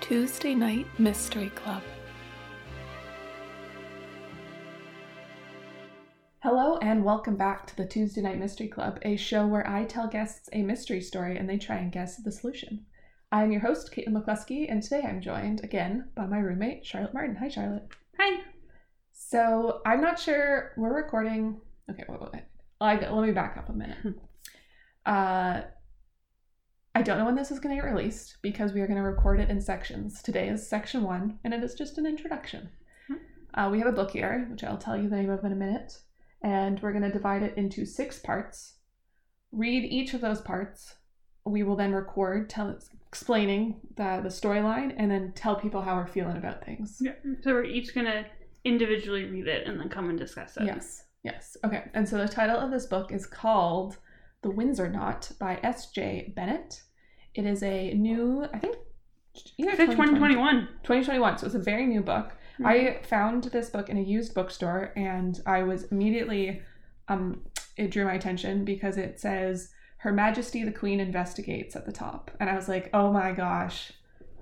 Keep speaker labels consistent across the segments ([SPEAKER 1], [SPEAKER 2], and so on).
[SPEAKER 1] Tuesday Night Mystery Club. Hello, and welcome back to the Tuesday Night Mystery Club, a show where I tell guests a mystery story and they try and guess the solution. I'm your host, Caitlin McCluskey, and today I'm joined again by my roommate, Charlotte Martin. Hi, Charlotte.
[SPEAKER 2] Hi.
[SPEAKER 1] So I'm not sure we're recording. Okay, wait, wait, wait. Like, let me back up a minute. Uh, I don't know when this is going to get released because we are going to record it in sections. Today is section one, and it is just an introduction. Uh, we have a book here, which I'll tell you the name of in a minute, and we're going to divide it into six parts. Read each of those parts. We will then record, tell, explaining the, the storyline, and then tell people how we're feeling about things.
[SPEAKER 2] Yeah. So we're each gonna individually read it and then come and discuss it.
[SPEAKER 1] Yes. Yes. Okay. And so the title of this book is called The Windsor Knot by S.J. Bennett. It is a new, I think, either
[SPEAKER 2] It's 2021.
[SPEAKER 1] 2021. So it's a very new book.
[SPEAKER 2] Mm-hmm.
[SPEAKER 1] I found this book in a used bookstore and I was immediately, um, it drew my attention because it says, Her Majesty the Queen investigates at the top. And I was like, oh my gosh,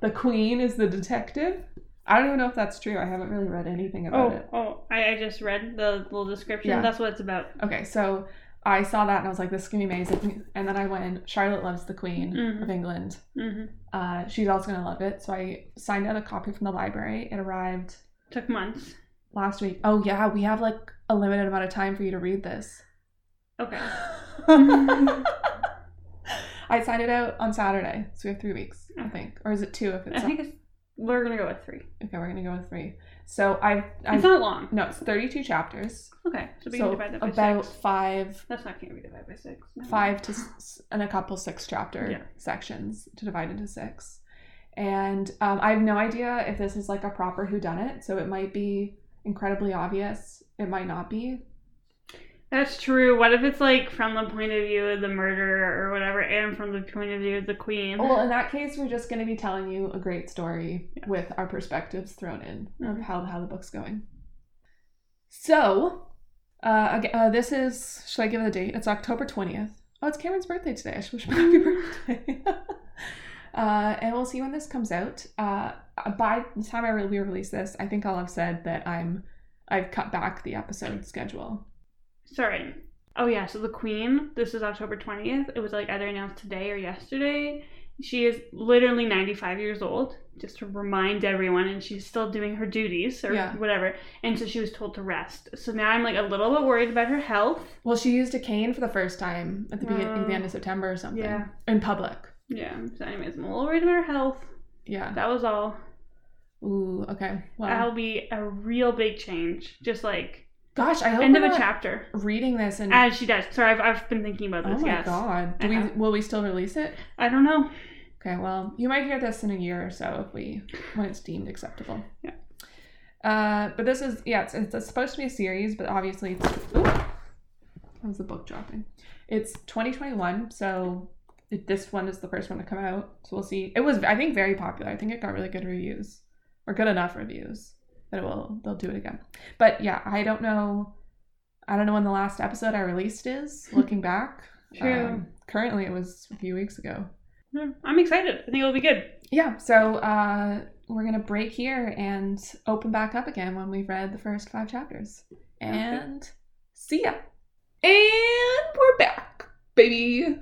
[SPEAKER 1] the Queen is the detective? I don't even know if that's true. I haven't really read anything about
[SPEAKER 2] oh,
[SPEAKER 1] it.
[SPEAKER 2] oh! I, I just read the little description.
[SPEAKER 1] Yeah.
[SPEAKER 2] That's what it's about.
[SPEAKER 1] Okay, so I saw that and I was like, this is gonna be amazing. And then I went, Charlotte loves the Queen
[SPEAKER 2] Mhm.
[SPEAKER 1] of England.
[SPEAKER 2] hmm
[SPEAKER 1] Uh, she's also gonna love it. So I signed out a copy from the library. It arrived
[SPEAKER 2] Took months.
[SPEAKER 1] last week. Oh yeah, we have like a limited amount of time for you to read this.
[SPEAKER 2] Okay.
[SPEAKER 1] I signed it out on Saturday, so we have three weeks, I think, or is it two? If it's
[SPEAKER 2] Mm. I think it's, we're gonna go with three.
[SPEAKER 1] okay, we're gonna go with three. So I, I
[SPEAKER 2] It's not long.
[SPEAKER 1] no, it's thirty-two chapters,
[SPEAKER 2] Okay. So we
[SPEAKER 1] so
[SPEAKER 2] can divide that by
[SPEAKER 1] about
[SPEAKER 2] six.
[SPEAKER 1] five
[SPEAKER 2] That's not gonna be divided by six. No.
[SPEAKER 1] five to s- and a couple six chapter
[SPEAKER 2] Yeah.
[SPEAKER 1] sections to divide into six and um, i have no idea if this is like a proper who done it so it might be incredibly obvious it might not be
[SPEAKER 2] That's true. What if it's like from the point of view of the murderer or whatever, and from the point of view of the queen?
[SPEAKER 1] well in that case we're just going to be telling you a great story
[SPEAKER 2] Yeah.
[SPEAKER 1] with our perspectives thrown in of
[SPEAKER 2] Mhm.
[SPEAKER 1] how, how the book's going so uh, again, uh this is should i give the date it's october 20th oh it's cameron's birthday today i should wish him a happy
[SPEAKER 2] Mm-hmm.
[SPEAKER 1] birthday uh, and we'll see when this comes out. Uh, by the time I re- we release this, I think I'll have said that I'm I've cut back the episode schedule.
[SPEAKER 2] Sorry. Oh yeah, so the Queen, this is October 20th. It was like either announced today or yesterday. She is literally 95 years old, just to remind everyone, and she's still doing her duties or
[SPEAKER 1] Yeah.
[SPEAKER 2] whatever. And so she was told to rest. So now I'm like a little bit worried about her health.
[SPEAKER 1] Well, she used a cane for the first time at the beginning, at the end of September or something.
[SPEAKER 2] Mm. Yeah.
[SPEAKER 1] In public.
[SPEAKER 2] Yeah. So anyways, I'm a little worried about her health.
[SPEAKER 1] Yeah.
[SPEAKER 2] That was all.
[SPEAKER 1] Ooh. Okay. Wow.
[SPEAKER 2] That'll be a real big change. Just like
[SPEAKER 1] Gosh, I hope
[SPEAKER 2] end
[SPEAKER 1] we're
[SPEAKER 2] of a
[SPEAKER 1] not
[SPEAKER 2] chapter.
[SPEAKER 1] reading this and.
[SPEAKER 2] As she does. Sorry, I've, I've been thinking about
[SPEAKER 1] oh
[SPEAKER 2] this.
[SPEAKER 1] my
[SPEAKER 2] yes.
[SPEAKER 1] god. Do we?
[SPEAKER 2] Uh-uh.
[SPEAKER 1] Will we still release it?
[SPEAKER 2] I don't know.
[SPEAKER 1] Okay, well, you might hear this in a year or so if we when it's deemed acceptable.
[SPEAKER 2] Yeah.
[SPEAKER 1] Uh, but this is yeah, it's, it's supposed to be a series, but obviously it's ooh, that was the book dropping. It's 2021, so it, this one is the first one to come out. So we'll see. It was I think very popular. I think it got really good reviews or good enough reviews that it will they'll do it again. But yeah, I don't know. I don't know when the last episode I released is. Looking back,
[SPEAKER 2] True.
[SPEAKER 1] Um, currently it was a few weeks ago.
[SPEAKER 2] Yeah, I'm excited. I think it'll be good.
[SPEAKER 1] Yeah, so uh, we're going to break here and open back up again when we've read the first five chapters. And see ya. And we're back, baby.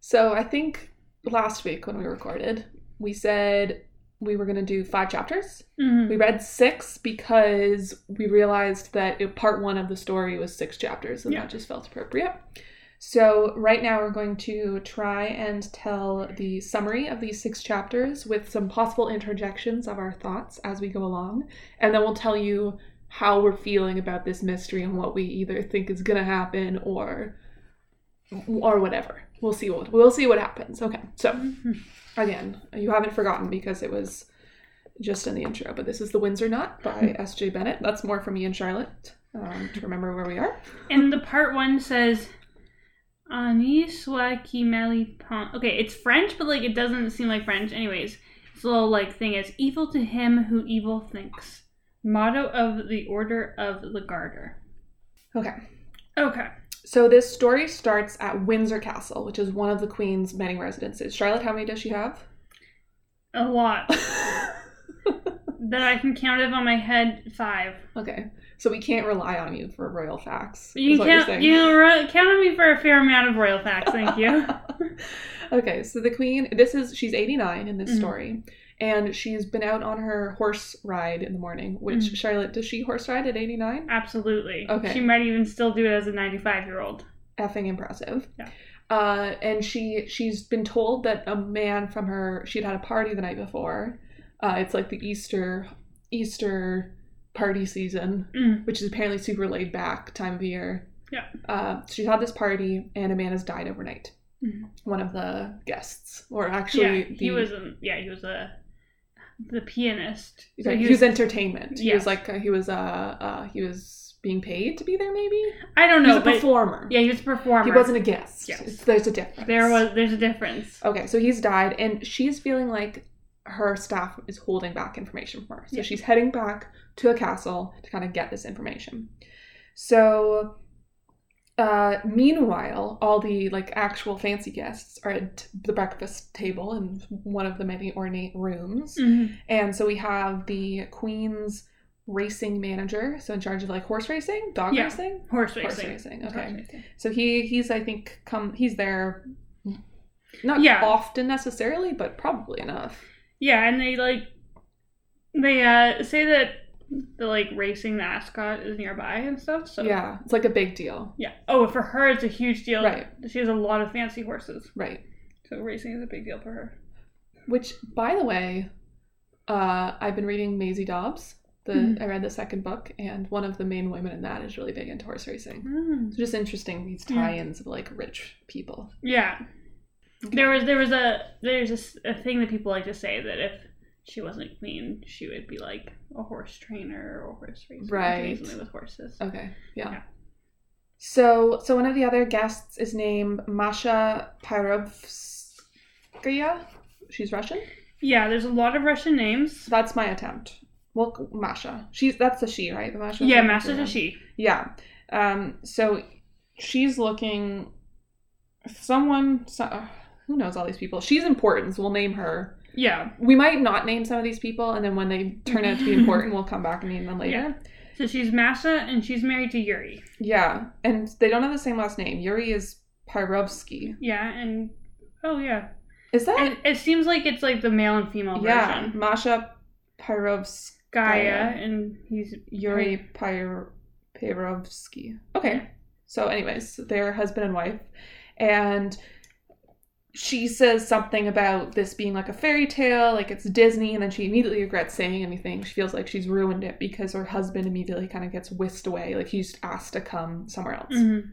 [SPEAKER 1] So I think last week when we recorded, we said we were going to do five chapters.
[SPEAKER 2] Mm-hmm.
[SPEAKER 1] We read six because we realized that it, part one of the story was six chapters, and
[SPEAKER 2] Yeah.
[SPEAKER 1] that just felt appropriate. So, right now, we're going to try and tell the summary of these six chapters with some possible interjections of our thoughts as we go along. And then we'll tell you how we're feeling about this mystery and what we either think is going to happen or or whatever. We'll see what we'll see what happens. Okay. So,
[SPEAKER 2] Mm-hmm.
[SPEAKER 1] again, you haven't forgotten because it was just in the intro, but this is The Windsor Knot by
[SPEAKER 2] Hmm.
[SPEAKER 1] S.J. Bennett. That's more for me and Charlotte um, to remember where we are.
[SPEAKER 2] And the part one says, Aniswa Kimeli Pon. Okay, it's French, but like it doesn't seem like French. Anyways, it's a little like thing is evil to him who evil thinks. Motto of the Order of the Garter.
[SPEAKER 1] Okay.
[SPEAKER 2] Okay.
[SPEAKER 1] So this story starts at Windsor Castle, which is one of the Queen's many residences. Charlotte, how many does she have?
[SPEAKER 2] A lot. that I can count it on my head five.
[SPEAKER 1] Okay. So we can't rely on you for royal facts.
[SPEAKER 2] You
[SPEAKER 1] is what you're
[SPEAKER 2] count,
[SPEAKER 1] saying.
[SPEAKER 2] you know, ro- count on me for a fair amount of royal facts, thank you.
[SPEAKER 1] okay, so the queen, this is she's 89 in this
[SPEAKER 2] Mhm.
[SPEAKER 1] story, and she's been out on her horse ride in the morning. Which
[SPEAKER 2] Mhm.
[SPEAKER 1] Charlotte, does she horse ride at 89?
[SPEAKER 2] Absolutely.
[SPEAKER 1] Okay.
[SPEAKER 2] She might even still do it as a 95 year old.
[SPEAKER 1] Effing impressive.
[SPEAKER 2] Yeah.
[SPEAKER 1] Uh, and she she's been told that a man from her she'd had a party the night before. Uh, it's like the Easter Easter party season.
[SPEAKER 2] Mm.
[SPEAKER 1] which is apparently super laid back time of year.
[SPEAKER 2] Yeah.
[SPEAKER 1] Uh, she's had this party, and a man has died overnight.
[SPEAKER 2] Mhm.
[SPEAKER 1] One of the guests, or
[SPEAKER 2] Yeah,
[SPEAKER 1] actually, the,
[SPEAKER 2] he was. A, yeah, he was a the pianist.
[SPEAKER 1] he's
[SPEAKER 2] So
[SPEAKER 1] like-
[SPEAKER 2] he
[SPEAKER 1] he
[SPEAKER 2] was,
[SPEAKER 1] was entertainment. He
[SPEAKER 2] Yes.
[SPEAKER 1] was like uh, he was uh, uh he was being paid to be there. Maybe
[SPEAKER 2] I don't
[SPEAKER 1] he was
[SPEAKER 2] know,
[SPEAKER 1] a
[SPEAKER 2] but
[SPEAKER 1] performer.
[SPEAKER 2] yeah, he was a performer.
[SPEAKER 1] He wasn't a guest.
[SPEAKER 2] Yes.
[SPEAKER 1] It's- There's a Oh, difference.
[SPEAKER 2] There was. There's a difference.
[SPEAKER 1] Okay, so he's died, and she's feeling like her staff is holding back information from her. So
[SPEAKER 2] Yeah.
[SPEAKER 1] she's heading back to a castle to kind of get this information. So, uh, meanwhile, all the like actual fancy guests are at the breakfast table in one of the many ornate rooms,
[SPEAKER 2] Mhm.
[SPEAKER 1] and so we have the queen's racing manager, so in charge of like horse racing, dog
[SPEAKER 2] Yeah.
[SPEAKER 1] racing,
[SPEAKER 2] Horse racing.
[SPEAKER 1] horse racing.
[SPEAKER 2] Horse
[SPEAKER 1] Okay,
[SPEAKER 2] racing.
[SPEAKER 1] so he he's I think come he's there not
[SPEAKER 2] Yeah.
[SPEAKER 1] often necessarily, but probably enough.
[SPEAKER 2] Yeah, and they like they uh say that the like racing mascot is nearby and stuff. So
[SPEAKER 1] yeah, it's like a big deal.
[SPEAKER 2] Yeah. Oh, for her, it's a huge deal.
[SPEAKER 1] Right.
[SPEAKER 2] She has a lot of fancy horses,
[SPEAKER 1] Right.
[SPEAKER 2] so racing is a big deal for her.
[SPEAKER 1] Which by the way, uh I've been reading Maisie Dobbs. The
[SPEAKER 2] Mhm.
[SPEAKER 1] I read the second book and one of the main women in that is really big into horse racing. So just interesting these
[SPEAKER 2] Yeah.
[SPEAKER 1] tie-ins of like rich people.
[SPEAKER 2] Yeah. There was there was a there's a s- a, thing that people like to say that if she wasn't queen, she would be like a horse trainer or a horse racer, doing
[SPEAKER 1] Right.
[SPEAKER 2] something with horses.
[SPEAKER 1] Okay. Yeah.
[SPEAKER 2] Yeah.
[SPEAKER 1] So so one of the other guests is named Masha Pyrovskaya. She's Russian.
[SPEAKER 2] Yeah, there's a lot of Russian names.
[SPEAKER 1] So that's my attempt. Well, Masha. She's that's a she, right? The Masha.
[SPEAKER 2] yeah, Master Tashi.
[SPEAKER 1] Yeah. Um. So she's looking. Someone. So, uh, who knows all these people? She's important. So we'll name her.
[SPEAKER 2] Yeah.
[SPEAKER 1] We might not name some of these people, and then when they turn out to be important, we'll come back and name them later.
[SPEAKER 2] So she's Masha and she's married to Yuri.
[SPEAKER 1] Yeah. And they don't have the same last name. Yuri is Pyrovsky.
[SPEAKER 2] Yeah, and oh yeah.
[SPEAKER 1] Is that?
[SPEAKER 2] And it seems like it's like the male and female
[SPEAKER 1] yeah.
[SPEAKER 2] version.
[SPEAKER 1] Masha Pyrovsky.
[SPEAKER 2] Gaia,
[SPEAKER 1] Gaia.
[SPEAKER 2] and he's
[SPEAKER 1] Yuri Pyr- Pyrovsky. Okay. So, anyways, they're husband and wife. And she says something about this being like a fairy tale, like it's Disney, and then she immediately regrets saying anything. She feels like she's ruined it because her husband immediately kind of gets whisked away. Like he's asked to come somewhere else.
[SPEAKER 2] Mhm.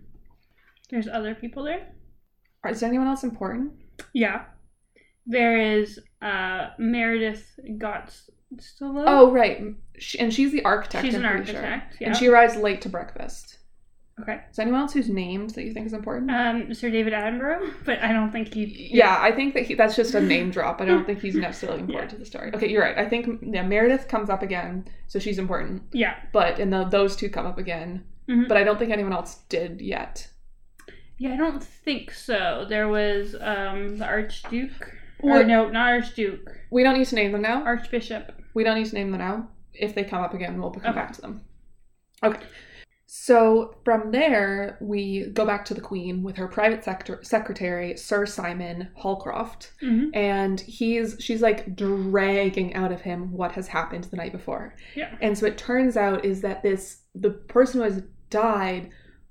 [SPEAKER 2] There's other people there.
[SPEAKER 1] Are- Is there anyone else important?
[SPEAKER 2] Yeah. There is uh, Meredith Gottstolo.
[SPEAKER 1] Oh, right. She, and she's the architect.
[SPEAKER 2] she's an
[SPEAKER 1] I'm pretty sure.
[SPEAKER 2] architect. Yeah.
[SPEAKER 1] And she arrives late to breakfast.
[SPEAKER 2] okay.
[SPEAKER 1] Is there anyone else who's named that you think is important?
[SPEAKER 2] Um, Sir David Attenborough, but I don't think he.
[SPEAKER 1] Yeah, I think that he, that's just a name drop. I don't think he's necessarily important to the story. Okay, you're right. I think yeah, Meredith comes up again, so she's important.
[SPEAKER 2] Yeah.
[SPEAKER 1] But and the, those two come up again,
[SPEAKER 2] Mhm.
[SPEAKER 1] but I don't think anyone else did yet.
[SPEAKER 2] Yeah, I don't think so. There was um, the Archduke. Or
[SPEAKER 1] Well-
[SPEAKER 2] no, not Archduke.
[SPEAKER 1] We don't need to name them now.
[SPEAKER 2] Archbishop.
[SPEAKER 1] We don't need to name them now. If they come up again, we'll come
[SPEAKER 2] Okay.
[SPEAKER 1] back to them. Okay. So from there, we go back to the Queen with her private sector- secretary, Sir Simon Holcroft.
[SPEAKER 2] Mm-hmm.
[SPEAKER 1] and he's she's like dragging out of him what has happened the night before.
[SPEAKER 2] Yeah.
[SPEAKER 1] And so it turns out is that this the person who has died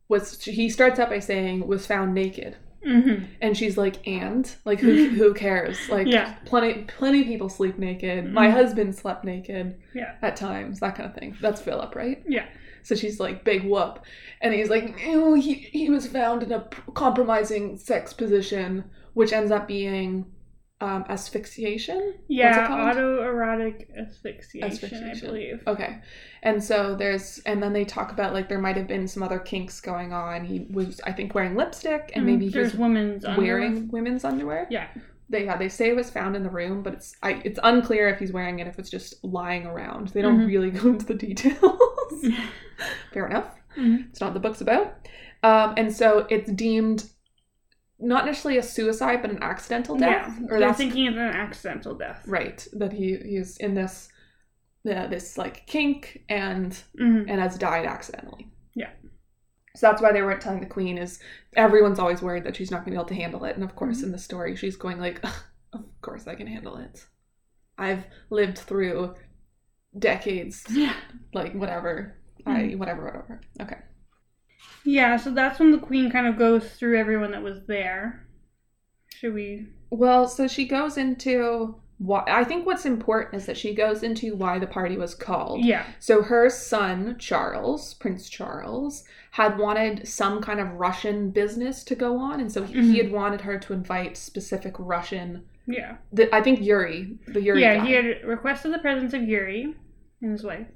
[SPEAKER 1] was he starts out by saying was found naked.
[SPEAKER 2] Mm-hmm.
[SPEAKER 1] And she's like, and like who who cares? Like
[SPEAKER 2] Yeah.
[SPEAKER 1] plenty plenty of people sleep naked. My
[SPEAKER 2] Mhm.
[SPEAKER 1] husband slept naked
[SPEAKER 2] Yeah.
[SPEAKER 1] at times, that kind of thing. That's Philip, right?
[SPEAKER 2] Yeah.
[SPEAKER 1] So she's like, big whoop. And he's like, "Ew, he, he was found in a p- compromising sex position, which ends up being um, asphyxiation.
[SPEAKER 2] Yeah.
[SPEAKER 1] called?
[SPEAKER 2] Autoerotic asphyxiation, I
[SPEAKER 1] Asphyxiation. Oh,
[SPEAKER 2] believe.
[SPEAKER 1] Okay. And so there's, and then they talk about like there might have been some other kinks going on. He was, I think, wearing lipstick and
[SPEAKER 2] Mhm.
[SPEAKER 1] maybe he
[SPEAKER 2] there's
[SPEAKER 1] was
[SPEAKER 2] women's underwear.
[SPEAKER 1] wearing women's underwear.
[SPEAKER 2] Yeah.
[SPEAKER 1] They, yeah, they say it was found in the room, but it's I, it's unclear if he's wearing it, if it's just lying around. They don't
[SPEAKER 2] Mhm.
[SPEAKER 1] really go into the
[SPEAKER 2] Mm-hmm.
[SPEAKER 1] details. Fair enough.
[SPEAKER 2] Mhm.
[SPEAKER 1] It's not what the book's about. Um, and so it's deemed not necessarily a suicide, but an accidental death.
[SPEAKER 2] Yeah,
[SPEAKER 1] Or
[SPEAKER 2] they're
[SPEAKER 1] that's
[SPEAKER 2] thinking of an accidental death.
[SPEAKER 1] right that he he's in this uh, this like kink and
[SPEAKER 2] Mhm.
[SPEAKER 1] and has died accidentally.
[SPEAKER 2] Yeah.
[SPEAKER 1] So that's why they weren't telling the queen is everyone's always worried that she's not going to be able to handle it, and of course in the story she's going like, "Ugh, of course I can handle it. I've lived through decades,
[SPEAKER 2] Yeah.
[SPEAKER 1] like whatever, I whatever whatever. Okay.
[SPEAKER 2] Yeah, so that's when the queen kind of goes through everyone that was there. Should we?
[SPEAKER 1] Well, so she goes into why I think what's important is that she goes into why the party was called.
[SPEAKER 2] Yeah.
[SPEAKER 1] So her son, Charles, Prince Charles, had wanted some kind of Russian business to go on. And so he, he
[SPEAKER 2] Mhm.
[SPEAKER 1] had wanted her to invite specific Russian,
[SPEAKER 2] Yeah.
[SPEAKER 1] the, I think Yuri, the Yuri
[SPEAKER 2] yeah,
[SPEAKER 1] guy.
[SPEAKER 2] he had requested the presence of Yuri and his wife.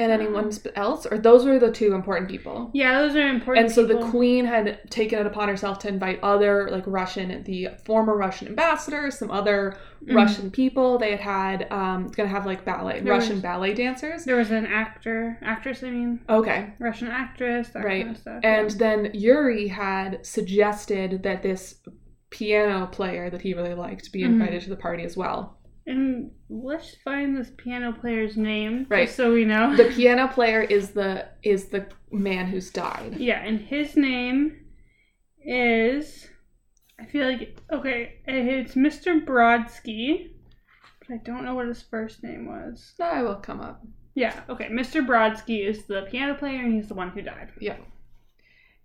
[SPEAKER 1] and
[SPEAKER 2] um,
[SPEAKER 1] anyone sp- else? Or those were the two important people.
[SPEAKER 2] Yeah, those are important.
[SPEAKER 1] And so the
[SPEAKER 2] people.
[SPEAKER 1] queen had taken it upon herself to invite other, like Russian, the former Russian ambassador, some other
[SPEAKER 2] Mhm.
[SPEAKER 1] Russian people. They had had, um, gonna have like ballet,
[SPEAKER 2] There
[SPEAKER 1] Russian
[SPEAKER 2] was-
[SPEAKER 1] ballet dancers.
[SPEAKER 2] There was an actor, actress, I mean,
[SPEAKER 1] Okay.
[SPEAKER 2] Russian actress, that
[SPEAKER 1] Right.
[SPEAKER 2] kind of stuff.
[SPEAKER 1] And then Yuri had suggested that this piano player that he really liked be
[SPEAKER 2] Mhm.
[SPEAKER 1] invited to the party as well.
[SPEAKER 2] yeah. and let's find this piano player's name,
[SPEAKER 1] Right.
[SPEAKER 2] Just so we know.
[SPEAKER 1] The piano player is the is the man who's died.
[SPEAKER 2] yeah, and his name is. I feel like okay, it's Mr. Brodsky, but I don't know what his first name was.
[SPEAKER 1] No, I will come up.
[SPEAKER 2] Yeah, okay. Mr. Brodsky is the piano player, and he's the one who died.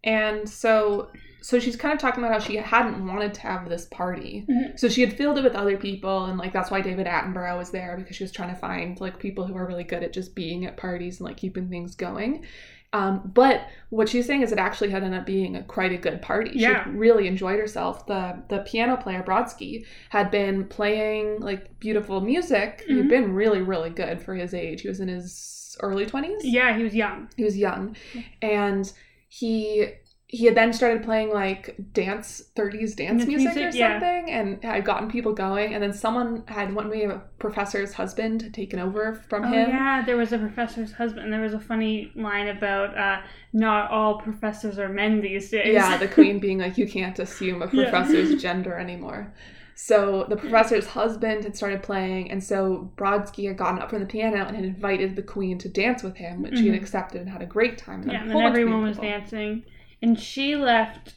[SPEAKER 1] And so so she's kind of talking about how she hadn't wanted to have this party.
[SPEAKER 2] Mhm.
[SPEAKER 1] So she had filled it with other people and like that's why David Attenborough was there because she was trying to find like people who are really good at just being at parties and like keeping things going. Um, but what she's saying is it actually had ended up being a, quite a good party.
[SPEAKER 2] Yeah.
[SPEAKER 1] She really enjoyed herself. The the piano player Brodsky had been playing like beautiful music. He'd
[SPEAKER 2] Mhm.
[SPEAKER 1] been really, really good for his age. He was in his early twenties
[SPEAKER 2] Yeah, he was young.
[SPEAKER 1] he was young and he he had then started playing like dance 30s dance
[SPEAKER 2] Dance
[SPEAKER 1] music, or
[SPEAKER 2] music, yeah.
[SPEAKER 1] something and had gotten people going and then someone had one way a professor's husband had taken over from
[SPEAKER 2] Oh
[SPEAKER 1] him
[SPEAKER 2] yeah, there was a professor's husband. There was a funny line about uh, not all professors are men these days.
[SPEAKER 1] Yeah, the queen being like you can't assume a
[SPEAKER 2] Yeah.
[SPEAKER 1] professor's gender anymore so the professor's husband had started playing and so brodsky had gotten up from the piano and had invited the queen to dance with him which he had
[SPEAKER 2] Mhm.
[SPEAKER 1] accepted and had a great time
[SPEAKER 2] yeah, and
[SPEAKER 1] a whole
[SPEAKER 2] then
[SPEAKER 1] bunch of
[SPEAKER 2] everyone was
[SPEAKER 1] people.
[SPEAKER 2] dancing, and she left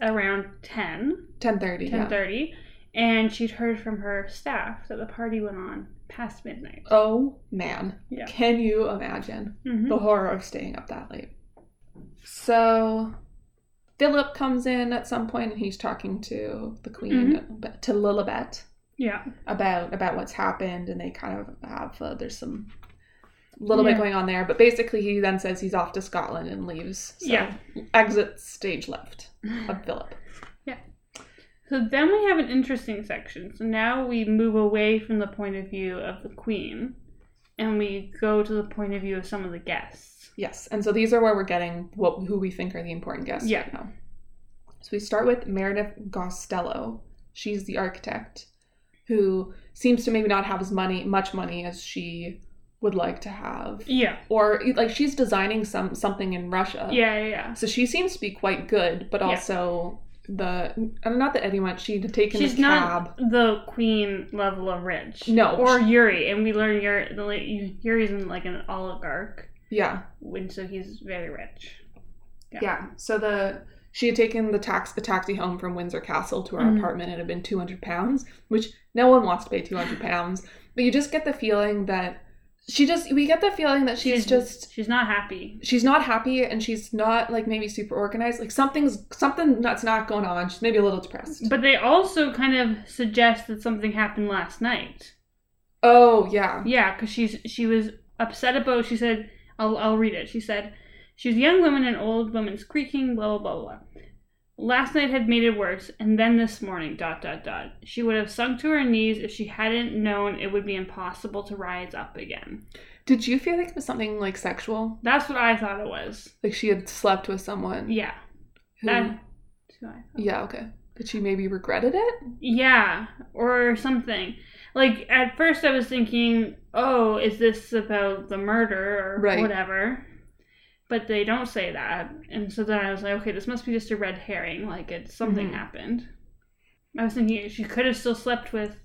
[SPEAKER 2] around 10,
[SPEAKER 1] 10:30 yeah.
[SPEAKER 2] 10.30, and she'd heard from her staff that the party went on past midnight.
[SPEAKER 1] oh man
[SPEAKER 2] Yeah.
[SPEAKER 1] can you imagine
[SPEAKER 2] Mhm.
[SPEAKER 1] the horror of staying up that late. So Philip comes in at some point and he's talking to the queen
[SPEAKER 2] Mm-hmm.
[SPEAKER 1] ab- to Lilibet
[SPEAKER 2] Yeah,
[SPEAKER 1] about about what's happened and they kind of have uh, there's some little bit
[SPEAKER 2] Yeah.
[SPEAKER 1] going on there but basically he then says he's off to Scotland and leaves. So
[SPEAKER 2] Yeah.
[SPEAKER 1] exit stage left of Philip.
[SPEAKER 2] So then we have an interesting section. So now we move away from the point of view of the queen and we go to the point of view of some of the guests.
[SPEAKER 1] Yes. And so these are where we're getting what who we think are the important guests
[SPEAKER 2] Yeah.
[SPEAKER 1] right now. So we start with Meredith Gostello. She's the architect who seems to maybe not have as money much money as she would like to have.
[SPEAKER 2] Yeah.
[SPEAKER 1] Or like she's designing some something in Russia.
[SPEAKER 2] Yeah, yeah, yeah.
[SPEAKER 1] So she seems to be quite good, but
[SPEAKER 2] Yeah.
[SPEAKER 1] also the and not that anyone she'd taken
[SPEAKER 2] She's
[SPEAKER 1] the cab.
[SPEAKER 2] not the queen level of rich.
[SPEAKER 1] No.
[SPEAKER 2] Or Yuri, and we learn Yuri, the la- Yuri's in like an oligarch,
[SPEAKER 1] yeah.
[SPEAKER 2] and so he's very rich.
[SPEAKER 1] yeah. So the she had taken the tax the taxi home from Windsor Castle to our
[SPEAKER 2] Mhm.
[SPEAKER 1] apartment. It had been two hundred pounds, which no one wants to pay two hundred pounds. But you just get the feeling that she just we get the feeling that she's,
[SPEAKER 2] Mm-hmm.
[SPEAKER 1] just
[SPEAKER 2] she's not happy.
[SPEAKER 1] she's not happy and she's not like maybe super organized. Like something's something that's not going on. She's maybe a little depressed.
[SPEAKER 2] But they also kind of suggest that something happened last night.
[SPEAKER 1] oh yeah.
[SPEAKER 2] Yeah, because she's she was upset about. She said, "I'll I'll read it." She said, "She was a young woman and old woman's creaking, blah blah blah blah." Last night had made it worse, and then this morning, dot dot dot. She would have sunk to her knees if she hadn't known it would be impossible to rise up again.
[SPEAKER 1] Did you feel like it was something like sexual?
[SPEAKER 2] That's what I thought it was.
[SPEAKER 1] Like she had slept with someone.
[SPEAKER 2] Yeah,
[SPEAKER 1] who-
[SPEAKER 2] that- that's what I thought.
[SPEAKER 1] yeah. Okay. That she maybe regretted it.
[SPEAKER 2] Yeah, or something. Like at first, I was thinking, "Oh, is this about the murder or
[SPEAKER 1] Right.
[SPEAKER 2] whatever?" But they don't say that, and so then I was like, "Okay, this must be just a red herring. Like it's something
[SPEAKER 1] Mhm.
[SPEAKER 2] happened." I was thinking she could have still slept with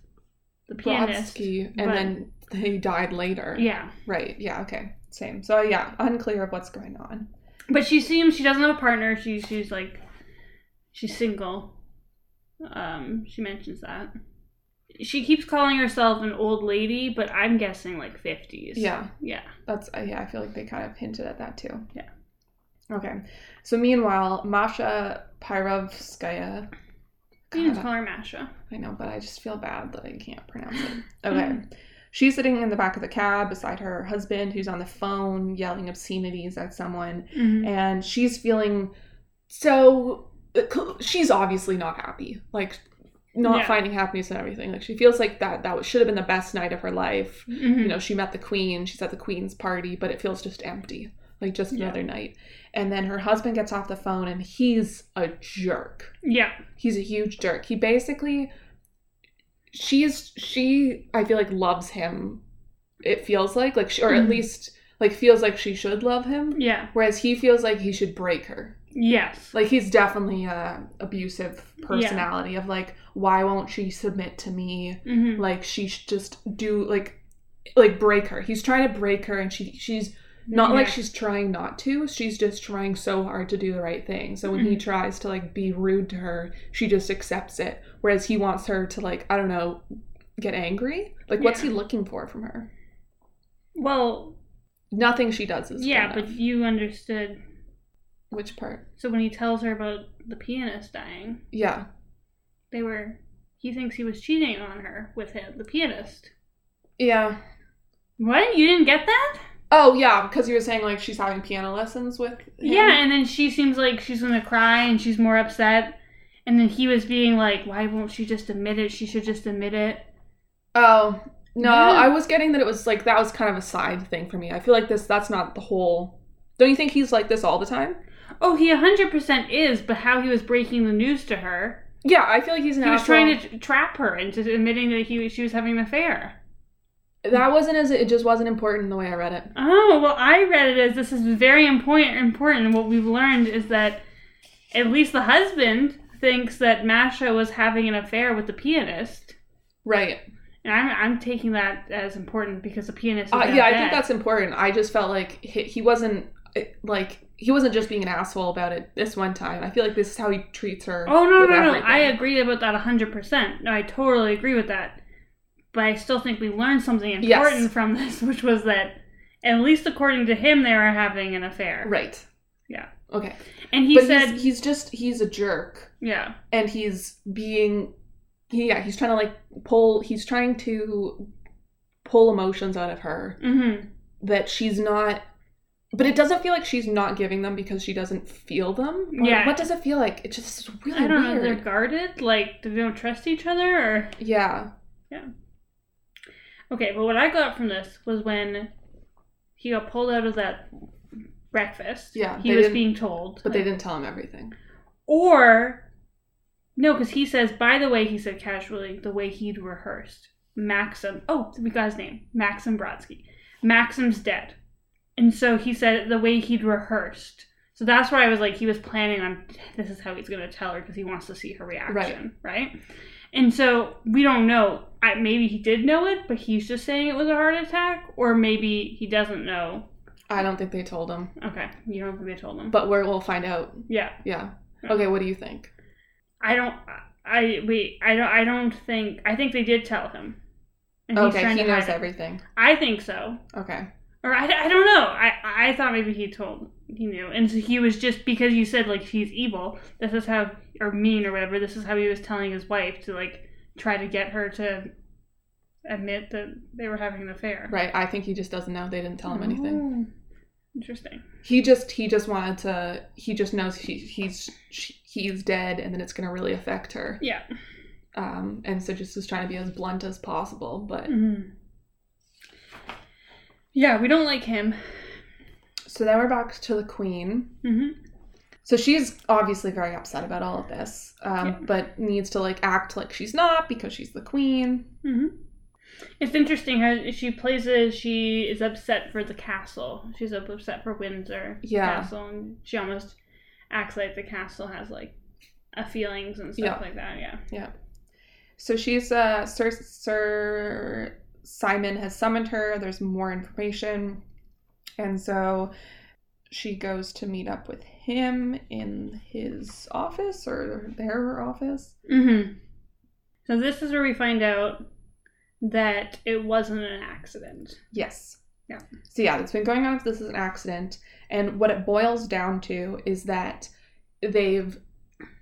[SPEAKER 2] the pianist.
[SPEAKER 1] Brodsky, and
[SPEAKER 2] but-
[SPEAKER 1] then he died later.
[SPEAKER 2] Yeah.
[SPEAKER 1] Right. Yeah. Okay. Same. So yeah, unclear of what's going on.
[SPEAKER 2] But she seems she doesn't have a partner. She she's like she's single. Um, she mentions that. She keeps calling herself an old lady, but I'm guessing like fifties.
[SPEAKER 1] Yeah.
[SPEAKER 2] Yeah.
[SPEAKER 1] That's uh, yeah. I feel like they kind of hinted at that too.
[SPEAKER 2] Yeah.
[SPEAKER 1] Okay. So meanwhile, Masha Pyrovskaya.
[SPEAKER 2] You can
[SPEAKER 1] God,
[SPEAKER 2] just call her Masha.
[SPEAKER 1] I know, but I just feel bad that I can't pronounce it. Okay. She's sitting in the back of the cab beside her husband, who's on the phone yelling obscenities at someone,
[SPEAKER 2] Mhm.
[SPEAKER 1] and she's feeling so. uh, She's obviously not happy, like not
[SPEAKER 2] Yeah.
[SPEAKER 1] finding happiness and everything. Like she feels like that that should have been the best night of her life.
[SPEAKER 2] Mhm.
[SPEAKER 1] You know, she met the queen, she's at the queen's party, but it feels just empty, like just
[SPEAKER 2] Yeah.
[SPEAKER 1] another night. And then her husband gets off the phone, and he's a jerk
[SPEAKER 2] Yeah.
[SPEAKER 1] he's a huge jerk. He basically she's she I feel like loves him. It feels like like she, or at
[SPEAKER 2] Mhm.
[SPEAKER 1] least like feels like she should love him
[SPEAKER 2] Yeah.
[SPEAKER 1] whereas he feels like he should break her.
[SPEAKER 2] Yes.
[SPEAKER 1] Like he's definitely a abusive personality of like why won't she submit to me?
[SPEAKER 2] hmm
[SPEAKER 1] Like she should just do like like break her. He's trying to break her and she she's not like she's trying not to. She's just trying so hard to do the right thing. So when
[SPEAKER 2] Mm-hmm.
[SPEAKER 1] he tries to like be rude to her, she just accepts it. Whereas he wants her to like, I don't know, get angry. Like what's
[SPEAKER 2] Yeah.
[SPEAKER 1] he looking for from her?
[SPEAKER 2] Well,
[SPEAKER 1] Nothing she does is
[SPEAKER 2] yeah,
[SPEAKER 1] good
[SPEAKER 2] but
[SPEAKER 1] enough.
[SPEAKER 2] you understood.
[SPEAKER 1] which part?
[SPEAKER 2] So when he tells her about the pianist dying,
[SPEAKER 1] Yeah.
[SPEAKER 2] they were. He thinks he was cheating on her with him, the pianist.
[SPEAKER 1] Yeah.
[SPEAKER 2] What? You didn't get that?
[SPEAKER 1] Oh yeah, because you were saying like she's having piano lessons with him.
[SPEAKER 2] Yeah, and then she seems like she's gonna cry and she's more upset. And then he was being like, why won't she just admit it? She should just admit it.
[SPEAKER 1] Oh. No,
[SPEAKER 2] Yeah.
[SPEAKER 1] I was getting that it was like that was kind of a side thing for me. I feel like this that's not the whole Don't you think he's like this all the time?
[SPEAKER 2] Oh, he 100% is, but how he was breaking the news to her.
[SPEAKER 1] Yeah, I feel like he's an
[SPEAKER 2] He was
[SPEAKER 1] asshole.
[SPEAKER 2] trying to t- trap her into admitting that he she was having an affair.
[SPEAKER 1] That wasn't as it just wasn't important the way I read it.
[SPEAKER 2] Oh, well, I read it as this is very important. important. What we've learned is that at least the husband thinks that Masha was having an affair with the pianist.
[SPEAKER 1] Right.
[SPEAKER 2] And I'm, I'm taking that as important because the pianist is
[SPEAKER 1] Uh,
[SPEAKER 2] now
[SPEAKER 1] yeah, I think
[SPEAKER 2] dead.
[SPEAKER 1] that's important. I just felt like he, he wasn't eh, like he wasn't just being an asshole about it this one time. I feel like this is how he treats her.
[SPEAKER 2] Oh no
[SPEAKER 1] with
[SPEAKER 2] no no!
[SPEAKER 1] everything.
[SPEAKER 2] I agree about that hundred percent. No, I totally agree with that. But I still think we learned something
[SPEAKER 1] Yes.
[SPEAKER 2] important from this, which was that at least according to him, they were having an affair.
[SPEAKER 1] Right.
[SPEAKER 2] Yeah.
[SPEAKER 1] Okay.
[SPEAKER 2] And he
[SPEAKER 1] but
[SPEAKER 2] said,
[SPEAKER 1] he's, he's just he's a jerk
[SPEAKER 2] yeah,
[SPEAKER 1] and he's being he, yeah, he's trying to like pull he's trying to pull emotions out of her
[SPEAKER 2] mm-hmm.
[SPEAKER 1] that she's not but it doesn't feel like she's not giving them because she doesn't feel them. Or
[SPEAKER 2] Yeah.
[SPEAKER 1] What does it feel like? It just is really
[SPEAKER 2] I don't know.
[SPEAKER 1] weird.
[SPEAKER 2] They're guarded. Like they don't trust each other, or
[SPEAKER 1] Yeah.
[SPEAKER 2] okay. But what I got from this was when he got pulled out of that breakfast.
[SPEAKER 1] Yeah,
[SPEAKER 2] he
[SPEAKER 1] they
[SPEAKER 2] was
[SPEAKER 1] didn't-
[SPEAKER 2] being told,
[SPEAKER 1] But they didn't tell him everything.
[SPEAKER 2] Or no, because he says, by the way, he said casually, the way he'd rehearsed. Maxim. Oh, we got his name. Maxim Brodsky. Maxim's dead. And so he said the way he'd rehearsed. So that's where I was like, he was planning on this is how he's going to tell her because he wants to see her reaction, right? And so we don't know. I, maybe he did know it, but he's just saying it was a heart attack, or maybe he doesn't know.
[SPEAKER 1] I don't think they told him.
[SPEAKER 2] Okay, you don't think they told him.
[SPEAKER 1] But we're, we'll find out.
[SPEAKER 2] yeah,
[SPEAKER 1] Yeah. Okay, what do you think?
[SPEAKER 2] I don't. I wait. I don't. I don't think. I think they did tell him. And he's
[SPEAKER 1] okay,
[SPEAKER 2] trying
[SPEAKER 1] he
[SPEAKER 2] to
[SPEAKER 1] knows
[SPEAKER 2] hide it.
[SPEAKER 1] everything.
[SPEAKER 2] I think so.
[SPEAKER 1] Okay.
[SPEAKER 2] Or I, I don't know. I I thought maybe he told he knew, and so he was just because you said like she's evil. This is how or mean or whatever. This is how he was telling his wife to like try to get her to admit that they were having an affair.
[SPEAKER 1] Right. I think he just doesn't know. They didn't tell him anything.
[SPEAKER 2] Oh, Interesting.
[SPEAKER 1] He just he just wanted to he just knows he, he's she, he's dead and then it's going to really affect her.
[SPEAKER 2] Yeah.
[SPEAKER 1] Um and so just is trying to be as blunt as possible, but
[SPEAKER 2] Mhm. Yeah, we don't like him.
[SPEAKER 1] so then we're back to the queen.
[SPEAKER 2] hmm
[SPEAKER 1] So she's obviously very upset about all of this, um,
[SPEAKER 2] Yeah.
[SPEAKER 1] but needs to like act like she's not because she's the queen.
[SPEAKER 2] hmm It's interesting how she plays it. She is upset for the castle. She's up- upset for Windsor
[SPEAKER 1] Yeah.
[SPEAKER 2] Castle, and she almost acts like the castle has like a feelings and stuff
[SPEAKER 1] Yeah.
[SPEAKER 2] like that. Yeah.
[SPEAKER 1] So she's uh, Sir Sir Simon has summoned her. There's more information. And so she goes to meet up with him in his office or their office.
[SPEAKER 2] Mm-hmm. So this is where we find out that it wasn't an accident.
[SPEAKER 1] Yes.
[SPEAKER 2] Yeah.
[SPEAKER 1] So yeah, it's been going on if this is an accident. And what it boils down to is that they've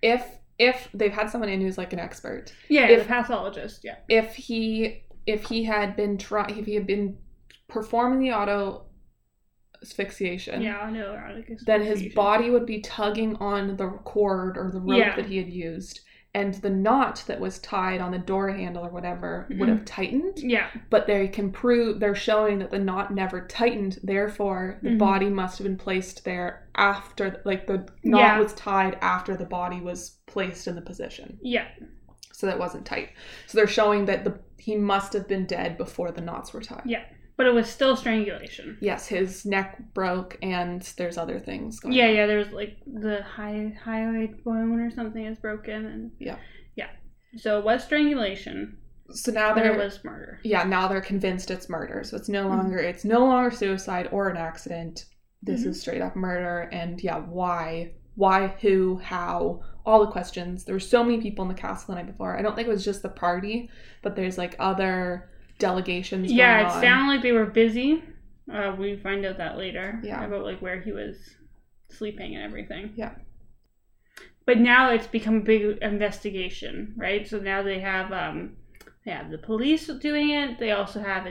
[SPEAKER 1] if if they've had someone in who's like an expert,
[SPEAKER 2] Yeah,
[SPEAKER 1] If-
[SPEAKER 2] the pathologist. Yeah.
[SPEAKER 1] if he if he had been try if he had been performing the auto asphyxiation
[SPEAKER 2] Yeah, I know. I guess
[SPEAKER 1] then his
[SPEAKER 2] confusion.
[SPEAKER 1] body would be tugging on the cord or the rope
[SPEAKER 2] Yeah.
[SPEAKER 1] that he had used and the knot that was tied on the door handle or whatever would have tightened
[SPEAKER 2] Mm-hmm. Yeah.
[SPEAKER 1] but they can prove they're showing that the knot never tightened therefore the
[SPEAKER 2] Mhm.
[SPEAKER 1] body must have been placed there after like the knot
[SPEAKER 2] Yeah.
[SPEAKER 1] was tied after the body was placed in the position
[SPEAKER 2] Yeah.
[SPEAKER 1] so that wasn't tight. So they're showing that the he must have been dead before the knots were tied.
[SPEAKER 2] Yeah. But it was still strangulation.
[SPEAKER 1] Yes, his neck broke, and there's other things going.
[SPEAKER 2] Yeah,
[SPEAKER 1] on.
[SPEAKER 2] yeah. There was like the high hyoid bone or something is broken, and
[SPEAKER 1] Yeah.
[SPEAKER 2] yeah. So it was strangulation,
[SPEAKER 1] So now
[SPEAKER 2] but it
[SPEAKER 1] they're
[SPEAKER 2] was murder.
[SPEAKER 1] yeah now they're convinced it's murder. So it's no
[SPEAKER 2] Mhm.
[SPEAKER 1] longer it's no longer suicide or an accident. This
[SPEAKER 2] Mhm.
[SPEAKER 1] is straight up murder. And yeah, why, why, who, how, all the questions. There were so many people in the castle the night before. I don't think it was just the party, but there's like other delegations.
[SPEAKER 2] Yeah,
[SPEAKER 1] going
[SPEAKER 2] it
[SPEAKER 1] on.
[SPEAKER 2] sounded like they were busy. Uh, we find out that later
[SPEAKER 1] Yeah.
[SPEAKER 2] about like where he was sleeping and everything.
[SPEAKER 1] Yeah.
[SPEAKER 2] But now it's become a big investigation, right? So now they have um, they have the police doing it. They also have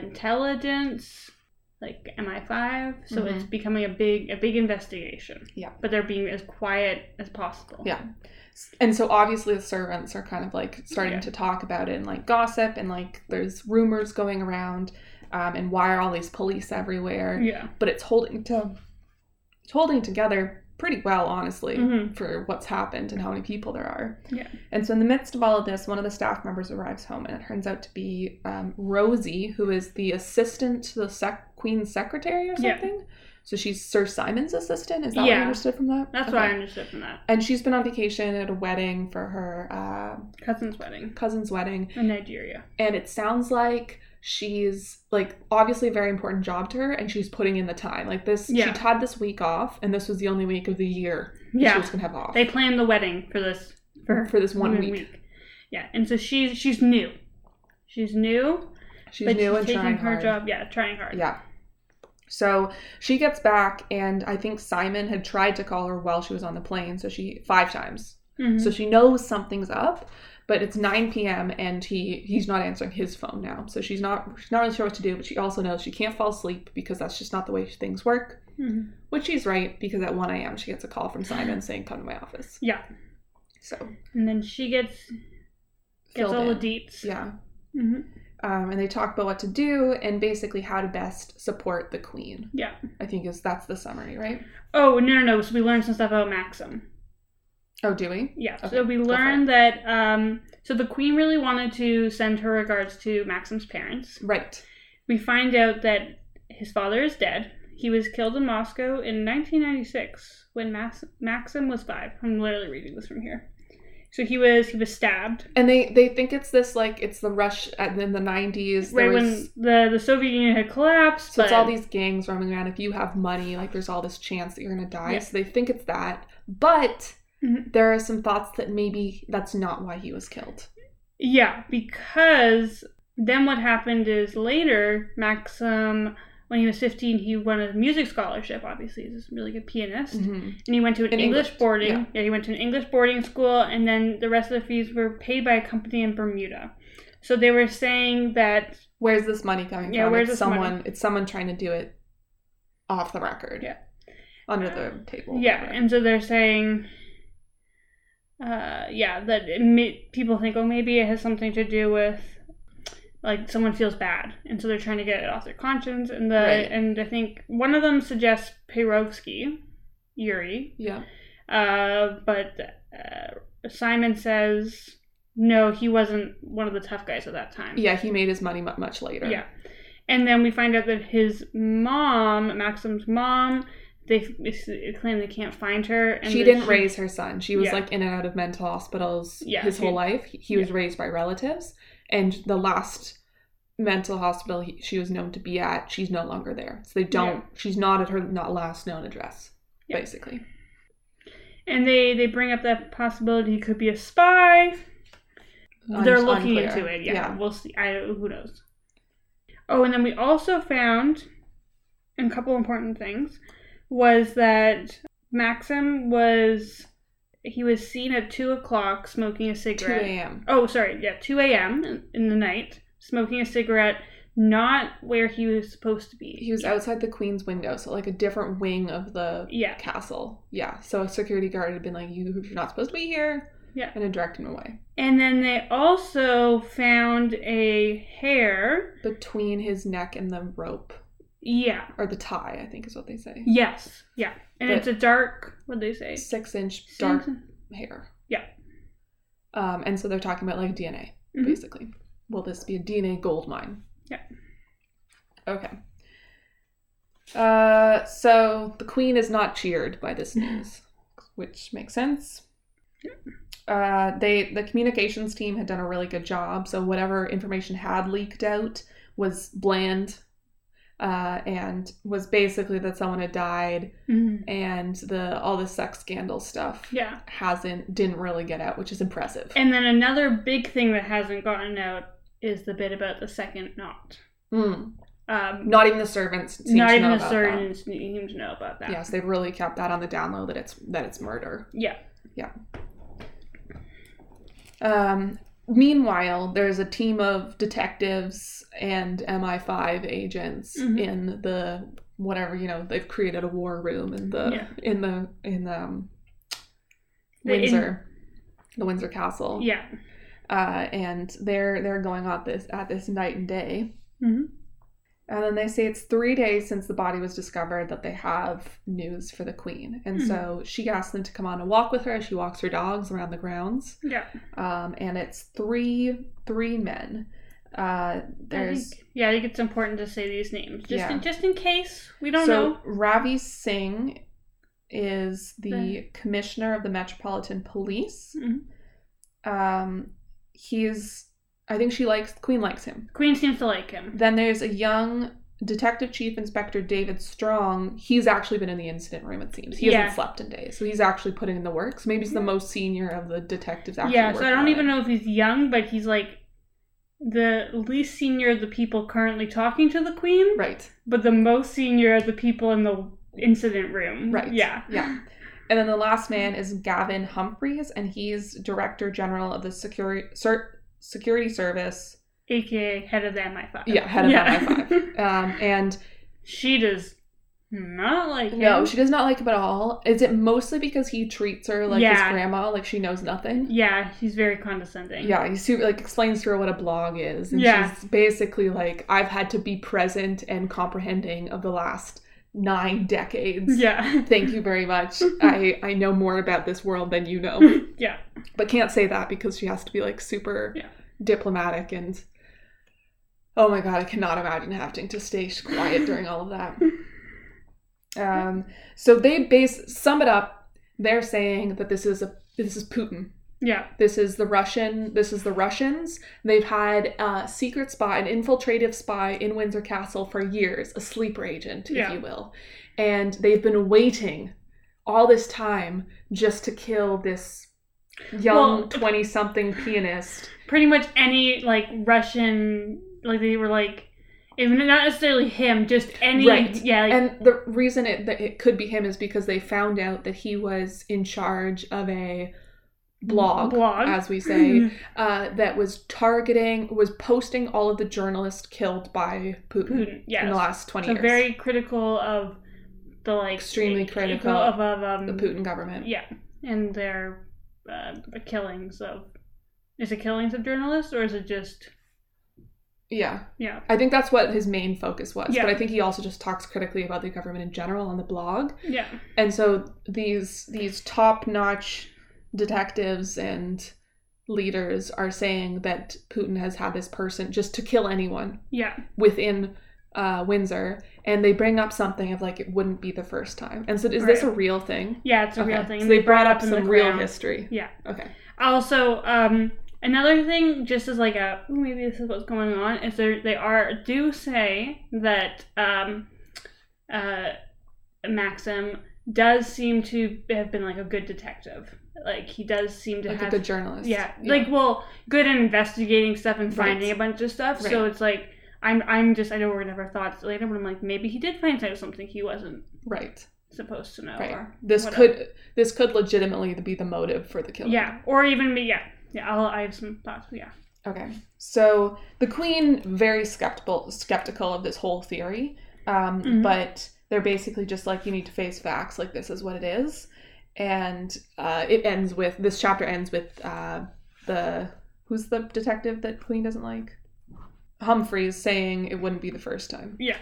[SPEAKER 2] intelligence, like MI5. So it's becoming a big a big investigation.
[SPEAKER 1] Mm-hmm. Yeah.
[SPEAKER 2] But they're being as quiet as possible.
[SPEAKER 1] Yeah. And so obviously the servants are kind of like starting
[SPEAKER 2] Yeah.
[SPEAKER 1] to talk about it and like gossip and like there's rumors going around um, and why are all these police everywhere?
[SPEAKER 2] Yeah.
[SPEAKER 1] But it's holding to it's holding together pretty well, honestly,
[SPEAKER 2] Mhm.
[SPEAKER 1] for what's happened and how many people there are.
[SPEAKER 2] Yeah.
[SPEAKER 1] And so in the midst of all of this, one of the staff members arrives home and it turns out to be um, Rosie, who is the assistant to the sec- Queen's secretary or
[SPEAKER 2] Yeah.
[SPEAKER 1] something. So she's Sir Simon's assistant. Is that what
[SPEAKER 2] Yeah.
[SPEAKER 1] you understood from that?
[SPEAKER 2] That's what I understood from that
[SPEAKER 1] And she's been on vacation at a wedding for her uh,
[SPEAKER 2] cousin's wedding
[SPEAKER 1] cousin's wedding.
[SPEAKER 2] in Nigeria.
[SPEAKER 1] And it sounds like she's like obviously a very important job to her and she's putting in the time. Like this,
[SPEAKER 2] Yeah.
[SPEAKER 1] she had this week off and this was the only week of the year that she
[SPEAKER 2] Yeah.
[SPEAKER 1] was going to have off
[SPEAKER 2] They planned the wedding for this for
[SPEAKER 1] for this one
[SPEAKER 2] one
[SPEAKER 1] week.
[SPEAKER 2] Yeah, and so she's she's new. She's new,
[SPEAKER 1] She's
[SPEAKER 2] but
[SPEAKER 1] new
[SPEAKER 2] she's
[SPEAKER 1] and
[SPEAKER 2] taking
[SPEAKER 1] trying
[SPEAKER 2] her
[SPEAKER 1] hard.
[SPEAKER 2] job. Yeah, trying hard.
[SPEAKER 1] Yeah. So she gets back and I think Simon had tried to call her while she was on the plane. So she, five times.
[SPEAKER 2] Mhm.
[SPEAKER 1] So she knows something's up, but it's 9 p.m. and he he's not answering his phone now. So she's not she's not really sure what to do, but she also knows she can't fall asleep because that's just not the way things work.
[SPEAKER 2] Mhm.
[SPEAKER 1] Which she's right because at 1 a.m. she gets a call from Simon saying come to my office.
[SPEAKER 2] Yeah.
[SPEAKER 1] So
[SPEAKER 2] and then she gets gets
[SPEAKER 1] filled
[SPEAKER 2] all
[SPEAKER 1] in.
[SPEAKER 2] the deets.
[SPEAKER 1] yeah.
[SPEAKER 2] hmm
[SPEAKER 1] Um, and they talk about what to do and basically how to best support the queen.
[SPEAKER 2] Yeah.
[SPEAKER 1] I think is that's the summary, right?
[SPEAKER 2] Oh no no no! So we learned some stuff about Maxim.
[SPEAKER 1] Oh, do we?
[SPEAKER 2] Yeah.
[SPEAKER 1] Okay,
[SPEAKER 2] so we
[SPEAKER 1] go for it.
[SPEAKER 2] learned that um, so the queen really wanted to send her regards to Maxim's parents.
[SPEAKER 1] Right.
[SPEAKER 2] We find out that his father is dead. He was killed in Moscow in 1996 when Max- Maxim was five. I'm literally reading this from here. So he was he was stabbed
[SPEAKER 1] And they they think it's this like it's the rush at, in the 90s. there
[SPEAKER 2] right
[SPEAKER 1] was-
[SPEAKER 2] when the, the Soviet Union had collapsed.
[SPEAKER 1] So it's
[SPEAKER 2] but-
[SPEAKER 1] all these gangs roaming around. If you have money, like there's all this chance that you're gonna die.
[SPEAKER 2] Yeah.
[SPEAKER 1] So they think it's that, but
[SPEAKER 2] Mhm.
[SPEAKER 1] there are some thoughts that maybe that's not why he was killed.
[SPEAKER 2] Yeah, because then what happened is later, Maxim, when he was 15, he won a music scholarship. Obviously, he's a really good pianist. And he went to an
[SPEAKER 1] Mm-hmm. In
[SPEAKER 2] English,
[SPEAKER 1] England,
[SPEAKER 2] boarding.
[SPEAKER 1] yeah.
[SPEAKER 2] Yeah. he went to an English boarding school, and then the rest of the fees were paid by a company in Bermuda. So they were saying that,
[SPEAKER 1] Where's this money coming
[SPEAKER 2] Yeah,
[SPEAKER 1] from?
[SPEAKER 2] where's
[SPEAKER 1] it's
[SPEAKER 2] this
[SPEAKER 1] someone.
[SPEAKER 2] money?
[SPEAKER 1] It's someone trying to do it off the record.
[SPEAKER 2] Yeah.
[SPEAKER 1] Under the table.
[SPEAKER 2] yeah,
[SPEAKER 1] whatever.
[SPEAKER 2] and so they're saying, uh, yeah, that it may, people think, oh, maybe it has something to do with like someone feels bad, and so they're trying to get it off their conscience. And the
[SPEAKER 1] Right.
[SPEAKER 2] and I think one of them suggests Pirovsky, Yuri,
[SPEAKER 1] yeah.
[SPEAKER 2] uh, but uh, Simon says no, he wasn't one of the tough guys at that time.
[SPEAKER 1] Yeah. He made his money mu- much later.
[SPEAKER 2] Yeah. And then we find out that his mom, Maxim's mom, they f- claim they can't find her. And
[SPEAKER 1] she
[SPEAKER 2] that
[SPEAKER 1] didn't raise her son. She was
[SPEAKER 2] Yeah.
[SPEAKER 1] like in and out of mental hospitals
[SPEAKER 2] Yeah,
[SPEAKER 1] his
[SPEAKER 2] she-
[SPEAKER 1] whole life. He, he was raised by relatives, and the last mental hospital he, she was known to be at, she's no longer there. So they don't. She's not at her not last known address,
[SPEAKER 2] Yeah.
[SPEAKER 1] basically.
[SPEAKER 2] And they they bring up that possibility he could be a spy. They're
[SPEAKER 1] Un-
[SPEAKER 2] looking
[SPEAKER 1] unclear.
[SPEAKER 2] into it. Yeah, we'll see. I who knows. Oh, and then we also found a couple important things was that Maxim was he was seen at two o'clock smoking a
[SPEAKER 1] Two
[SPEAKER 2] cigarette.
[SPEAKER 1] a.m.
[SPEAKER 2] Oh, sorry, yeah, two a.m. in- in the night smoking a cigarette, not where he was supposed to be.
[SPEAKER 1] He was outside the queen's window, so like a different wing of the
[SPEAKER 2] yeah,
[SPEAKER 1] castle. Yeah. So a security guard had been like, "You, you're not supposed to be here."
[SPEAKER 2] Yeah.
[SPEAKER 1] And had directed him away
[SPEAKER 2] and then they also found a hair.
[SPEAKER 1] between his neck and the rope
[SPEAKER 2] Yeah.
[SPEAKER 1] or the tie, I think is what they say.
[SPEAKER 2] Yes. Yeah. And
[SPEAKER 1] But-
[SPEAKER 2] it's a dark. What did they say?
[SPEAKER 1] Six inch dark hair.
[SPEAKER 2] Yeah.
[SPEAKER 1] Um, and so they're talking about like DNA,
[SPEAKER 2] Mhm.
[SPEAKER 1] basically. Will this be a DNA gold mine?
[SPEAKER 2] Yeah.
[SPEAKER 1] Okay. Uh, so the queen is not cheered by this news, which makes sense. Uh, they the communications team had done a really good job, so whatever information had leaked out was bland, uh, and was basically that someone had died,
[SPEAKER 2] Mhm.
[SPEAKER 1] and the all the sex scandal stuff
[SPEAKER 2] Yeah.
[SPEAKER 1] hasn't didn't really get out, which is impressive.
[SPEAKER 2] And then another big thing that hasn't gotten out is the bit about the second knot.
[SPEAKER 1] Mm.
[SPEAKER 2] Um,
[SPEAKER 1] Not even the servants. Seem
[SPEAKER 2] not
[SPEAKER 1] to
[SPEAKER 2] even
[SPEAKER 1] know
[SPEAKER 2] the
[SPEAKER 1] about
[SPEAKER 2] surgeons seem to know about
[SPEAKER 1] That.
[SPEAKER 2] that.
[SPEAKER 1] Yes, they've really kept that on the down low that it's that it's murder.
[SPEAKER 2] Yeah.
[SPEAKER 1] Um, meanwhile, there's a team of detectives and MI5 agents
[SPEAKER 2] Mhm.
[SPEAKER 1] in the whatever you know they've created a war room in the
[SPEAKER 2] Yeah.
[SPEAKER 1] in the in the um,
[SPEAKER 2] The- in-
[SPEAKER 1] Windsor, the Windsor Castle.
[SPEAKER 2] Yeah.
[SPEAKER 1] uh, and they're they're going at this at this night and day.
[SPEAKER 2] Mhm.
[SPEAKER 1] And then they say it's three days since the body was discovered that they have news for the queen, and
[SPEAKER 2] Mm-hmm.
[SPEAKER 1] so she asks them to come on a walk with her. She walks her dogs around the grounds,
[SPEAKER 2] Yeah.
[SPEAKER 1] um, and it's three three men. Uh,
[SPEAKER 2] I
[SPEAKER 1] there's
[SPEAKER 2] think, yeah, I think it's important to say these names just
[SPEAKER 1] Yeah.
[SPEAKER 2] in, just in case we don't
[SPEAKER 1] so
[SPEAKER 2] know.
[SPEAKER 1] Ravi Singh is the
[SPEAKER 2] The-
[SPEAKER 1] commissioner of the Metropolitan Police.
[SPEAKER 2] Mhm.
[SPEAKER 1] Um, he's I think she likes Queen likes him.
[SPEAKER 2] Queen seems to like him.
[SPEAKER 1] Then there's a young Detective Chief Inspector David Strong. He's actually been in the incident room, it seems. He
[SPEAKER 2] Yeah.
[SPEAKER 1] hasn't slept in days, so he's actually putting in the work. So maybe he's the most senior of the detectives actually.
[SPEAKER 2] Yeah. So I
[SPEAKER 1] working on
[SPEAKER 2] don't even
[SPEAKER 1] it.
[SPEAKER 2] know if he's young, but he's like the least senior of the people currently talking to the queen.
[SPEAKER 1] Right,
[SPEAKER 2] but the most senior of the people in the incident room.
[SPEAKER 1] right.
[SPEAKER 2] Yeah.
[SPEAKER 1] Yeah. And then the last man is Gavin Humphreys, and he's Director General of the Security, Ser- Security Service.
[SPEAKER 2] AKA head of the MI5.
[SPEAKER 1] Yeah, head of
[SPEAKER 2] Yeah.
[SPEAKER 1] MI5. Um, and
[SPEAKER 2] She does not like him.
[SPEAKER 1] no, she does not like him at all. Is it mostly because he treats her like
[SPEAKER 2] Yeah.
[SPEAKER 1] his grandma, like she knows nothing?
[SPEAKER 2] Yeah, she's very condescending.
[SPEAKER 1] Yeah, he super, like explains to her what a blog is, and
[SPEAKER 2] Yeah.
[SPEAKER 1] she's basically like, "I've had to be present and comprehending of the last nine decades.
[SPEAKER 2] Yeah.
[SPEAKER 1] Thank you very much. I I know more about this world than you know,
[SPEAKER 2] yeah.
[SPEAKER 1] but can't say that because she has to be like super
[SPEAKER 2] Yeah.
[SPEAKER 1] diplomatic and." Oh my god, I cannot imagine having to stay quiet during all of that. Um, so they base sum it up. They're saying that this is a this is Putin.
[SPEAKER 2] Yeah.
[SPEAKER 1] This is the Russian. This is the Russians. They've had a secret spy, an infiltrative spy in Windsor Castle for years, a sleeper agent,
[SPEAKER 2] Yeah.
[SPEAKER 1] if you will, and they've been waiting all this time just to kill this
[SPEAKER 2] Well-
[SPEAKER 1] young twenty-something pianist.
[SPEAKER 2] Pretty much any like Russian like they were like if not necessarily him, just any
[SPEAKER 1] Right.
[SPEAKER 2] yeah, like,
[SPEAKER 1] And the reason it that it could be him is because they found out that he was in charge of a blog,
[SPEAKER 2] Blog. Mm-hmm.
[SPEAKER 1] as we say, uh, that was targeting, was posting all of the journalists killed by Putin,
[SPEAKER 2] Putin, yes.
[SPEAKER 1] in the last 20
[SPEAKER 2] so
[SPEAKER 1] years.
[SPEAKER 2] very critical of the like
[SPEAKER 1] Extremely critical
[SPEAKER 2] of, of um,
[SPEAKER 1] the Putin government.
[SPEAKER 2] Yeah, and their uh, killings of. Is it killings of journalists or is it just.
[SPEAKER 1] Yeah.
[SPEAKER 2] Yeah.
[SPEAKER 1] I think that's what his main focus was.
[SPEAKER 2] Yeah.
[SPEAKER 1] But I think he also just talks critically about the government in general on the blog.
[SPEAKER 2] Yeah.
[SPEAKER 1] And so these these top-notch detectives and leaders are saying that Putin has had this person just to kill anyone
[SPEAKER 2] Yeah.
[SPEAKER 1] within uh, Windsor, and they bring up something of like it wouldn't be the first time. And so, is this a
[SPEAKER 2] Right.
[SPEAKER 1] real thing?
[SPEAKER 2] Yeah, it's a
[SPEAKER 1] Okay,
[SPEAKER 2] real thing.
[SPEAKER 1] So they brought
[SPEAKER 2] brought
[SPEAKER 1] up
[SPEAKER 2] up in
[SPEAKER 1] some
[SPEAKER 2] the
[SPEAKER 1] real
[SPEAKER 2] ground.
[SPEAKER 1] history.
[SPEAKER 2] Yeah.
[SPEAKER 1] Okay.
[SPEAKER 2] Also, um, Another thing, just as like a "Ooh, maybe this is what's going on, is there they are do say that um, uh, Maxim does seem to have been like a good detective. Like he does seem to
[SPEAKER 1] Like a
[SPEAKER 2] have
[SPEAKER 1] good journalist.
[SPEAKER 2] yeah, like well, good at investigating stuff and
[SPEAKER 1] Right.
[SPEAKER 2] finding a bunch of stuff. So
[SPEAKER 1] Right.
[SPEAKER 2] it's like I'm I'm just I know we're gonna have our thoughts later, but I'm like maybe he did find out something he wasn't
[SPEAKER 1] right.
[SPEAKER 2] supposed to know.
[SPEAKER 1] Right.
[SPEAKER 2] Or
[SPEAKER 1] This
[SPEAKER 2] whatever.
[SPEAKER 1] could this could legitimately be the motive for the killing.
[SPEAKER 2] yeah, or even be yeah yeah. I'll I have some thoughts. but Yeah,
[SPEAKER 1] Okay. So the queen very skeptical skeptical of this whole theory, um,
[SPEAKER 2] Mhm.
[SPEAKER 1] but they're basically just like you need to face facts. Like this is what it is, and uh, it ends with this chapter ends with uh, the who's the detective that queen doesn't like, Humphreys saying it wouldn't be the first time.
[SPEAKER 2] yeah.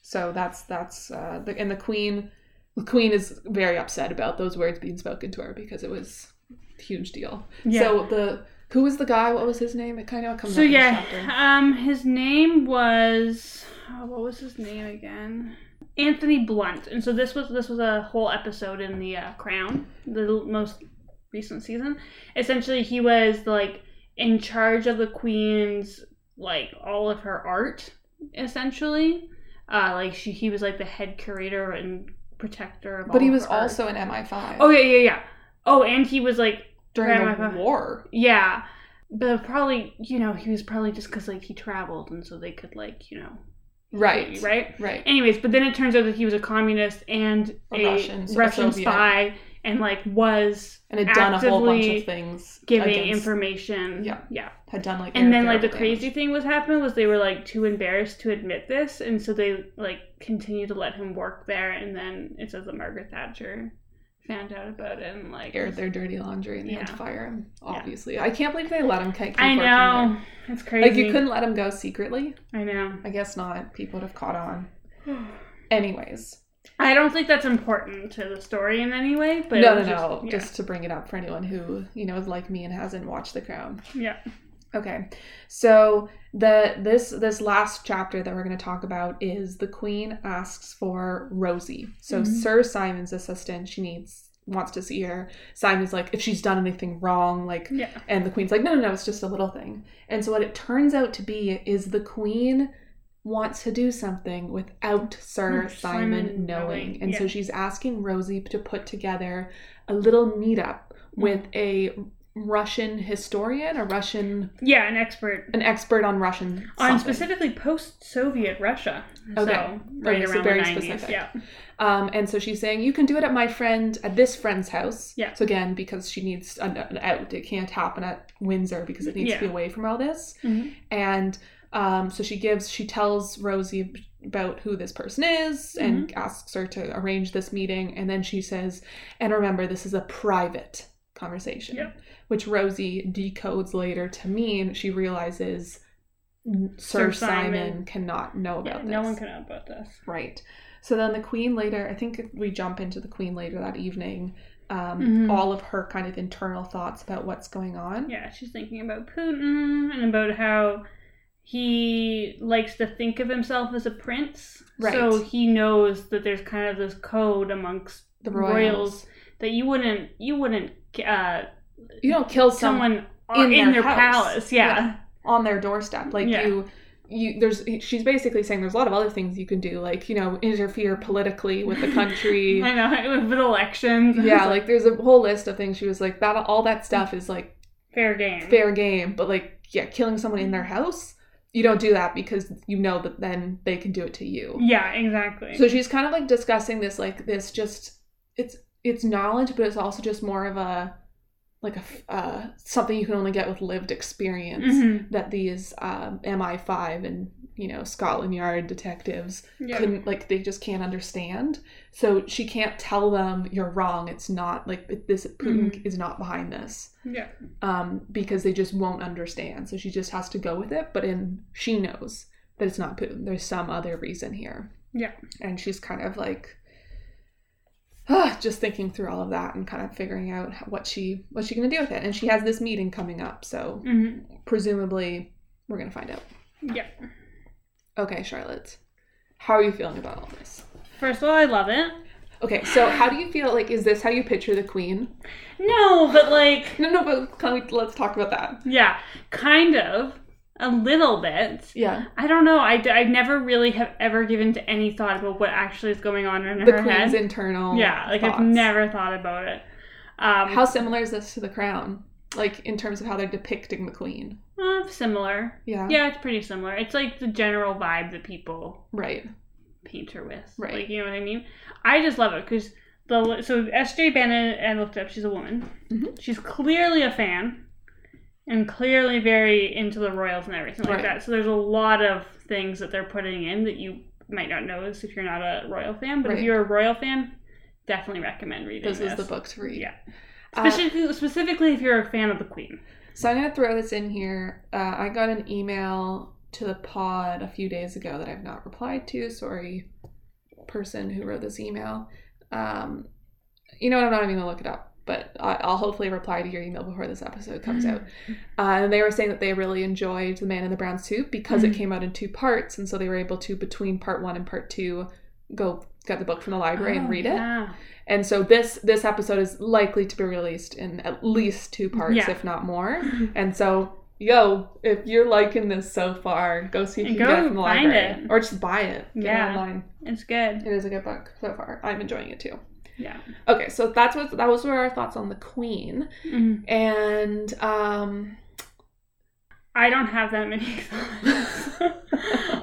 [SPEAKER 1] So that's that's uh, the, and the queen, the queen is very upset about those words being spoken to her because it was a huge deal.
[SPEAKER 2] Yeah.
[SPEAKER 1] So the who was the guy? What was his name? It kind of comes.
[SPEAKER 2] So
[SPEAKER 1] up in the
[SPEAKER 2] yeah,
[SPEAKER 1] chapter.
[SPEAKER 2] um, his name was oh, what was his name again? Anthony Blunt. And so this was this was a whole episode in the uh, Crown, the l- most recent season. Essentially, he was like in charge of the Queen's like all of her art, essentially. Uh, like she, he was like the head curator and protector of. all
[SPEAKER 1] But he
[SPEAKER 2] of
[SPEAKER 1] was
[SPEAKER 2] her art.
[SPEAKER 1] also in MI5
[SPEAKER 2] Oh yeah, yeah, yeah. Oh, and he was like
[SPEAKER 1] during the
[SPEAKER 2] MI5.
[SPEAKER 1] war.
[SPEAKER 2] yeah, but probably you know he was probably just because like he traveled and so they could like you know
[SPEAKER 1] Right. Right.
[SPEAKER 2] right. Anyways, but then it turns out that he was a communist and
[SPEAKER 1] A
[SPEAKER 2] a,
[SPEAKER 1] Russian,
[SPEAKER 2] Russian,
[SPEAKER 1] so a Soviet.
[SPEAKER 2] spy and like was
[SPEAKER 1] And had done a whole bunch
[SPEAKER 2] Actively
[SPEAKER 1] of things.
[SPEAKER 2] giving
[SPEAKER 1] against-
[SPEAKER 2] information.
[SPEAKER 1] Yeah.
[SPEAKER 2] yeah.
[SPEAKER 1] Had done like
[SPEAKER 2] And then
[SPEAKER 1] air
[SPEAKER 2] like the
[SPEAKER 1] damage.
[SPEAKER 2] crazy thing was happened was they were like too embarrassed to admit this, and so they like continued to let him work there, and then it says that Margaret Thatcher found out about it and like
[SPEAKER 1] aired their dirty laundry and they had to
[SPEAKER 2] Yeah.
[SPEAKER 1] fire him. Obviously, I can't believe they let him. Keep
[SPEAKER 2] I
[SPEAKER 1] working
[SPEAKER 2] know it's
[SPEAKER 1] there.
[SPEAKER 2] crazy.
[SPEAKER 1] Like you couldn't let him go secretly.
[SPEAKER 2] I know.
[SPEAKER 1] I guess not. People would have caught on. Anyways,
[SPEAKER 2] I don't think that's important to the story in any way, but
[SPEAKER 1] no, no,
[SPEAKER 2] it was
[SPEAKER 1] no.
[SPEAKER 2] yeah.
[SPEAKER 1] Just to bring it up for anyone who you know is like me and hasn't watched The Crown.
[SPEAKER 2] yeah,
[SPEAKER 1] Okay, so the this this last chapter that we're going to talk about is the Queen asks for Rosie. So
[SPEAKER 2] Mhm.
[SPEAKER 1] Sir Simon's assistant, she needs wants to see her. Simon's like, if she's done anything wrong, like,
[SPEAKER 2] yeah,
[SPEAKER 1] and the Queen's like, no, no, no, it's just a little thing. And so what it turns out to be is the Queen wants to do something without Sir
[SPEAKER 2] Sir
[SPEAKER 1] Simon,
[SPEAKER 2] Hmm,
[SPEAKER 1] knowing.
[SPEAKER 2] Simon knowing,
[SPEAKER 1] And so
[SPEAKER 2] yeah.
[SPEAKER 1] she's asking Rosie to put together a little meetup
[SPEAKER 2] Hmm.
[SPEAKER 1] with a Russian historian, a Russian
[SPEAKER 2] yeah. An expert
[SPEAKER 1] an expert on Russian
[SPEAKER 2] on
[SPEAKER 1] something.
[SPEAKER 2] specifically post-Soviet Russia.
[SPEAKER 1] Okay.
[SPEAKER 2] so,
[SPEAKER 1] Right,
[SPEAKER 2] right
[SPEAKER 1] so
[SPEAKER 2] around
[SPEAKER 1] very
[SPEAKER 2] the nineties.
[SPEAKER 1] specific.
[SPEAKER 2] Yeah,
[SPEAKER 1] Um, and so she's saying you can do it at my friend at this friend's house.
[SPEAKER 2] Yeah.
[SPEAKER 1] So again, because she needs an, an out, it can't happen at Windsor because it needs to be
[SPEAKER 2] Yeah.
[SPEAKER 1] away from all this.
[SPEAKER 2] Mhm.
[SPEAKER 1] And um, so she gives, she tells Rosie ab- about who this person is
[SPEAKER 2] Mm-hmm.
[SPEAKER 1] and asks her to arrange this meeting. And then she says, and remember, this is a private conversation,
[SPEAKER 2] Yep.
[SPEAKER 1] which Rosie decodes later to mean she realizes Sir,
[SPEAKER 2] Sir
[SPEAKER 1] Simon,
[SPEAKER 2] Simon-
[SPEAKER 1] cannot know about
[SPEAKER 2] yeah.
[SPEAKER 1] this.
[SPEAKER 2] No one can know about this.
[SPEAKER 1] Right. So then the queen later, I think we jump into the queen later that evening, um,
[SPEAKER 2] Mhm.
[SPEAKER 1] all of her kind of internal thoughts about what's going on.
[SPEAKER 2] Yeah, she's thinking about Putin and about how he likes to think of himself as a prince.
[SPEAKER 1] Right.
[SPEAKER 2] So he knows that there's kind of this code amongst
[SPEAKER 1] The royals.
[SPEAKER 2] royals. that you wouldn't you wouldn't uh,
[SPEAKER 1] You don't kill someone
[SPEAKER 2] someone on-
[SPEAKER 1] in
[SPEAKER 2] in,
[SPEAKER 1] their
[SPEAKER 2] their,
[SPEAKER 1] house.
[SPEAKER 2] palace. Yeah.
[SPEAKER 1] on their doorstep. Like
[SPEAKER 2] Yeah.
[SPEAKER 1] you you there's she's basically saying there's a lot of other things you can do, like, you know, interfere politically with the country.
[SPEAKER 2] I know with elections.
[SPEAKER 1] yeah, like there's a whole list of things she was like that all that stuff is like
[SPEAKER 2] fair game.
[SPEAKER 1] fair game, but like yeah, killing someone in their house, you don't do that because you know that then they can do it to you.
[SPEAKER 2] Yeah, exactly.
[SPEAKER 1] So she's kind of like discussing this like this just it's it's knowledge, but it's also just more of a like a f- uh, something you can only get with lived experience
[SPEAKER 2] Mhm.
[SPEAKER 1] that these um, MI5 and you know Scotland Yard detectives
[SPEAKER 2] Yeah.
[SPEAKER 1] couldn't like they just can't understand. So she can't tell them you're wrong. It's not like it- this
[SPEAKER 2] Mm-hmm.
[SPEAKER 1] Putin is not behind this
[SPEAKER 2] yeah.
[SPEAKER 1] um, because they just won't understand. So she just has to go with it. But in she knows that it's not Putin. There's some other reason here.
[SPEAKER 2] Yeah.
[SPEAKER 1] And she's kind of like, ah, just thinking through all of that and kind of figuring out how- what she what she gonna do with it. And she has this meeting coming up, so
[SPEAKER 2] Mhm.
[SPEAKER 1] presumably we're gonna find out.
[SPEAKER 2] Yeah.
[SPEAKER 1] Okay, Charlotte, how are you feeling about all this?
[SPEAKER 2] First of all, I love it.
[SPEAKER 1] Okay, so how do you feel? Like, is this how you picture the queen?
[SPEAKER 2] No, but like,
[SPEAKER 1] No, no, but can we, let's talk about that.
[SPEAKER 2] yeah, kind of. A little bit.
[SPEAKER 1] Yeah,
[SPEAKER 2] I don't know. I, d- I never really have ever given to any thought about what actually is going on in
[SPEAKER 1] the
[SPEAKER 2] her
[SPEAKER 1] queen's
[SPEAKER 2] head.
[SPEAKER 1] internal.
[SPEAKER 2] yeah, like
[SPEAKER 1] thoughts.
[SPEAKER 2] I've never thought about it. Um,
[SPEAKER 1] How similar is this to the crown? Like in terms of how they're depicting the queen.
[SPEAKER 2] uh, similar.
[SPEAKER 1] Yeah.
[SPEAKER 2] Yeah, it's pretty similar. It's like the general vibe that people
[SPEAKER 1] Right.
[SPEAKER 2] paint her with.
[SPEAKER 1] Right.
[SPEAKER 2] Like you know what I mean? I just love it because the so S.J. Bennett I looked up. She's a woman.
[SPEAKER 1] Mhm.
[SPEAKER 2] She's clearly a fan, and clearly very into the royals and everything like
[SPEAKER 1] Right.
[SPEAKER 2] that. So there's a lot of things that they're putting in that you might not notice if you're not a royal fan. But if
[SPEAKER 1] Right.
[SPEAKER 2] you're a royal fan, definitely recommend reading
[SPEAKER 1] This is
[SPEAKER 2] this.
[SPEAKER 1] the book to read.
[SPEAKER 2] Yeah.
[SPEAKER 1] Uh,
[SPEAKER 2] Specifically, specifically if you're a fan of the Queen.
[SPEAKER 1] So I'm gonna throw this in here. Uh, I got an email to the pod a few days ago that I've not replied to. Sorry, person who wrote this email. Um, you know what? I'm not even gonna look it up, but I, I'll hopefully reply to your email before this episode comes
[SPEAKER 2] Mm-hmm.
[SPEAKER 1] out. Uh, and they were saying that they really enjoyed The Man in the Brown Suit because
[SPEAKER 2] Mhm.
[SPEAKER 1] it came out in two parts, and so they were able to between part one and part two go get the book from the library and read it.
[SPEAKER 2] Oh, yeah.
[SPEAKER 1] And so this this episode is likely to be released in at least two parts,
[SPEAKER 2] Yeah.
[SPEAKER 1] if not more. And so, yo, if you're liking this so far, go see if you
[SPEAKER 2] And
[SPEAKER 1] can get
[SPEAKER 2] go
[SPEAKER 1] it from the
[SPEAKER 2] find
[SPEAKER 1] library.
[SPEAKER 2] it.
[SPEAKER 1] Or just buy it. Get
[SPEAKER 2] Yeah.
[SPEAKER 1] it online.
[SPEAKER 2] It's good.
[SPEAKER 1] It is a good book so far. I'm enjoying it too.
[SPEAKER 2] Yeah.
[SPEAKER 1] Okay, so that's what that was were our thoughts on the Queen.
[SPEAKER 2] Mhm.
[SPEAKER 1] And um
[SPEAKER 2] I don't have that many thoughts.